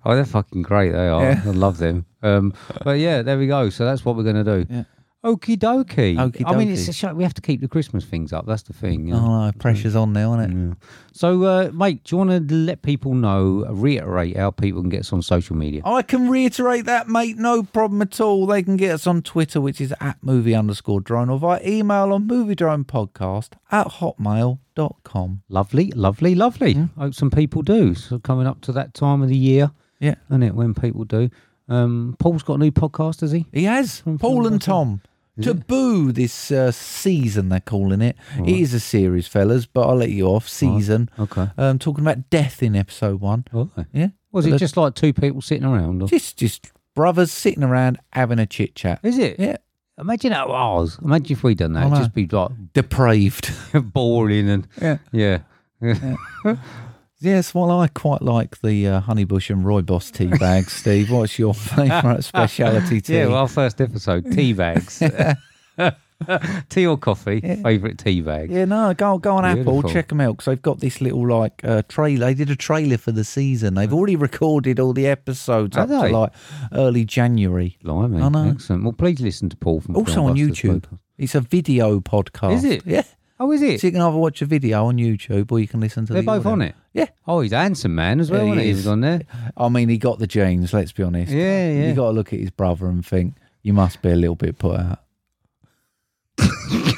[SPEAKER 2] Oh, they're fucking great. They are.
[SPEAKER 1] Yeah.
[SPEAKER 2] I love them. Um, but yeah, there we go. So that's what we're going to do.
[SPEAKER 1] Yeah.
[SPEAKER 2] Okie dokie.
[SPEAKER 1] Okie
[SPEAKER 2] I mean,
[SPEAKER 1] dokie.
[SPEAKER 2] it's a show. We have to keep the Christmas things up. That's the thing. yeah.
[SPEAKER 1] Oh, no, pressure's on now, isn't it?
[SPEAKER 2] Mm. So, uh, mate, do you want to let people know, reiterate how people can get us on social media?
[SPEAKER 1] I can reiterate that, mate. No problem at all. They can get us on Twitter, which is at movie underscore drone, or via email on movie drone podcast at hotmail.com.
[SPEAKER 2] Lovely, lovely, lovely. Hope some people do. So coming up to that time of the year,
[SPEAKER 1] Yeah.
[SPEAKER 2] isn't it? When people do. Um, Paul's got a new podcast, has he?
[SPEAKER 1] He has. Paul and Tom. Taboo this uh, season, they're calling it. It is a series, fellas, but I'll let you off. Season.
[SPEAKER 2] Okay.
[SPEAKER 1] Um, talking about death in episode one.
[SPEAKER 2] Oh.
[SPEAKER 1] Yeah.
[SPEAKER 2] Was
[SPEAKER 1] But
[SPEAKER 2] it
[SPEAKER 1] the-
[SPEAKER 2] just like two people sitting around? Or?
[SPEAKER 1] Just, just brothers sitting around having a chit chat.
[SPEAKER 2] Is it?
[SPEAKER 1] Yeah.
[SPEAKER 2] Imagine that was. Imagine if we'd done
[SPEAKER 1] I
[SPEAKER 2] that. It'd
[SPEAKER 1] know.
[SPEAKER 2] just be like (laughs)
[SPEAKER 1] Depraved. (laughs)
[SPEAKER 2] boring and
[SPEAKER 1] Yeah.
[SPEAKER 2] yeah.
[SPEAKER 1] Yes, well, I quite like the uh, Honeybush and Royboss
[SPEAKER 2] (laughs)
[SPEAKER 1] tea bags, Steve. What's your favourite speciality tea?
[SPEAKER 2] Yeah, well, our first
[SPEAKER 1] (laughs)
[SPEAKER 2] episode, tea bags. (laughs) tea or coffee, favourite tea bag.
[SPEAKER 1] Yeah, no, go go on
[SPEAKER 2] Beautiful.
[SPEAKER 1] Apple, check them out because they've got this little like uh, trailer. They did a trailer for the season. They've already recorded all the episodes
[SPEAKER 2] Are
[SPEAKER 1] up to
[SPEAKER 2] they?
[SPEAKER 1] like early January.
[SPEAKER 2] Blimey,
[SPEAKER 1] I know.
[SPEAKER 2] excellent. Well, please listen to Paul from
[SPEAKER 1] Also on
[SPEAKER 2] Filmbusters
[SPEAKER 1] YouTube,
[SPEAKER 2] podcast.
[SPEAKER 1] it's a video podcast.
[SPEAKER 2] Is it?
[SPEAKER 1] Yeah,
[SPEAKER 2] Oh, is it?
[SPEAKER 1] so you can either watch a video on YouTube or you can listen to.
[SPEAKER 2] They're
[SPEAKER 1] the
[SPEAKER 2] both
[SPEAKER 1] audio.
[SPEAKER 2] on it.
[SPEAKER 1] Yeah,
[SPEAKER 2] Oh, he's a handsome man as well,
[SPEAKER 1] Yeah, he
[SPEAKER 2] isn't he? He
[SPEAKER 1] is.
[SPEAKER 2] was on
[SPEAKER 1] (laughs)
[SPEAKER 2] there.
[SPEAKER 1] I mean, he got the genes. Let's be honest.
[SPEAKER 2] Yeah, yeah.
[SPEAKER 1] You got to look at his brother and think you must be a little bit put out.
[SPEAKER 2] the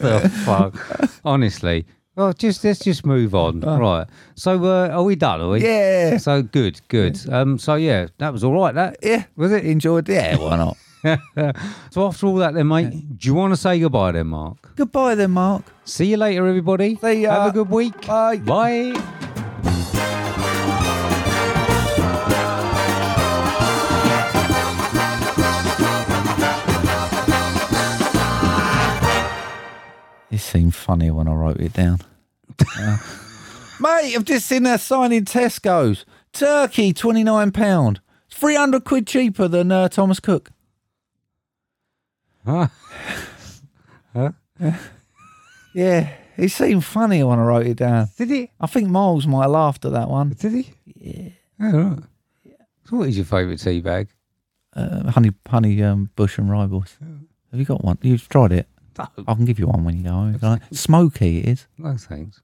[SPEAKER 2] Oh, fuck?
[SPEAKER 1] (laughs)
[SPEAKER 2] Honestly. Well, just let's just move on. Right. So, uh, are we done? Are we?
[SPEAKER 1] Yeah.
[SPEAKER 2] So good, good. Um. So yeah, that was all right. That
[SPEAKER 1] Yeah, was it enjoyed? Yeah, why not?
[SPEAKER 2] So after all that, then, mate, do you want to say goodbye, then,
[SPEAKER 1] (laughs)
[SPEAKER 2] Mark?
[SPEAKER 1] Goodbye then, Mark.
[SPEAKER 2] See you later, everybody.
[SPEAKER 1] See ya.
[SPEAKER 2] Have a good week.
[SPEAKER 1] Bye.
[SPEAKER 2] Bye.
[SPEAKER 1] This seemed funnier when I wrote it down. Uh, (laughs) mate, I've just seen that sign in Tesco's. Turkey, £29. It's 300 quid cheaper than uh, Thomas Cook.
[SPEAKER 2] Huh?
[SPEAKER 1] Yeah, it seemed funnier when I wrote it down.
[SPEAKER 2] Did he?
[SPEAKER 1] I think Miles might have laughed at that one.
[SPEAKER 2] Did he? Yeah. All right. So (laughs) what is your favourite tea bag?
[SPEAKER 1] Uh, honey, honey, um, bush and ribos. Have you got one? You've tried it.
[SPEAKER 2] No.
[SPEAKER 1] I can give you one when you go home. if you like. Smoky it is.
[SPEAKER 2] No thanks.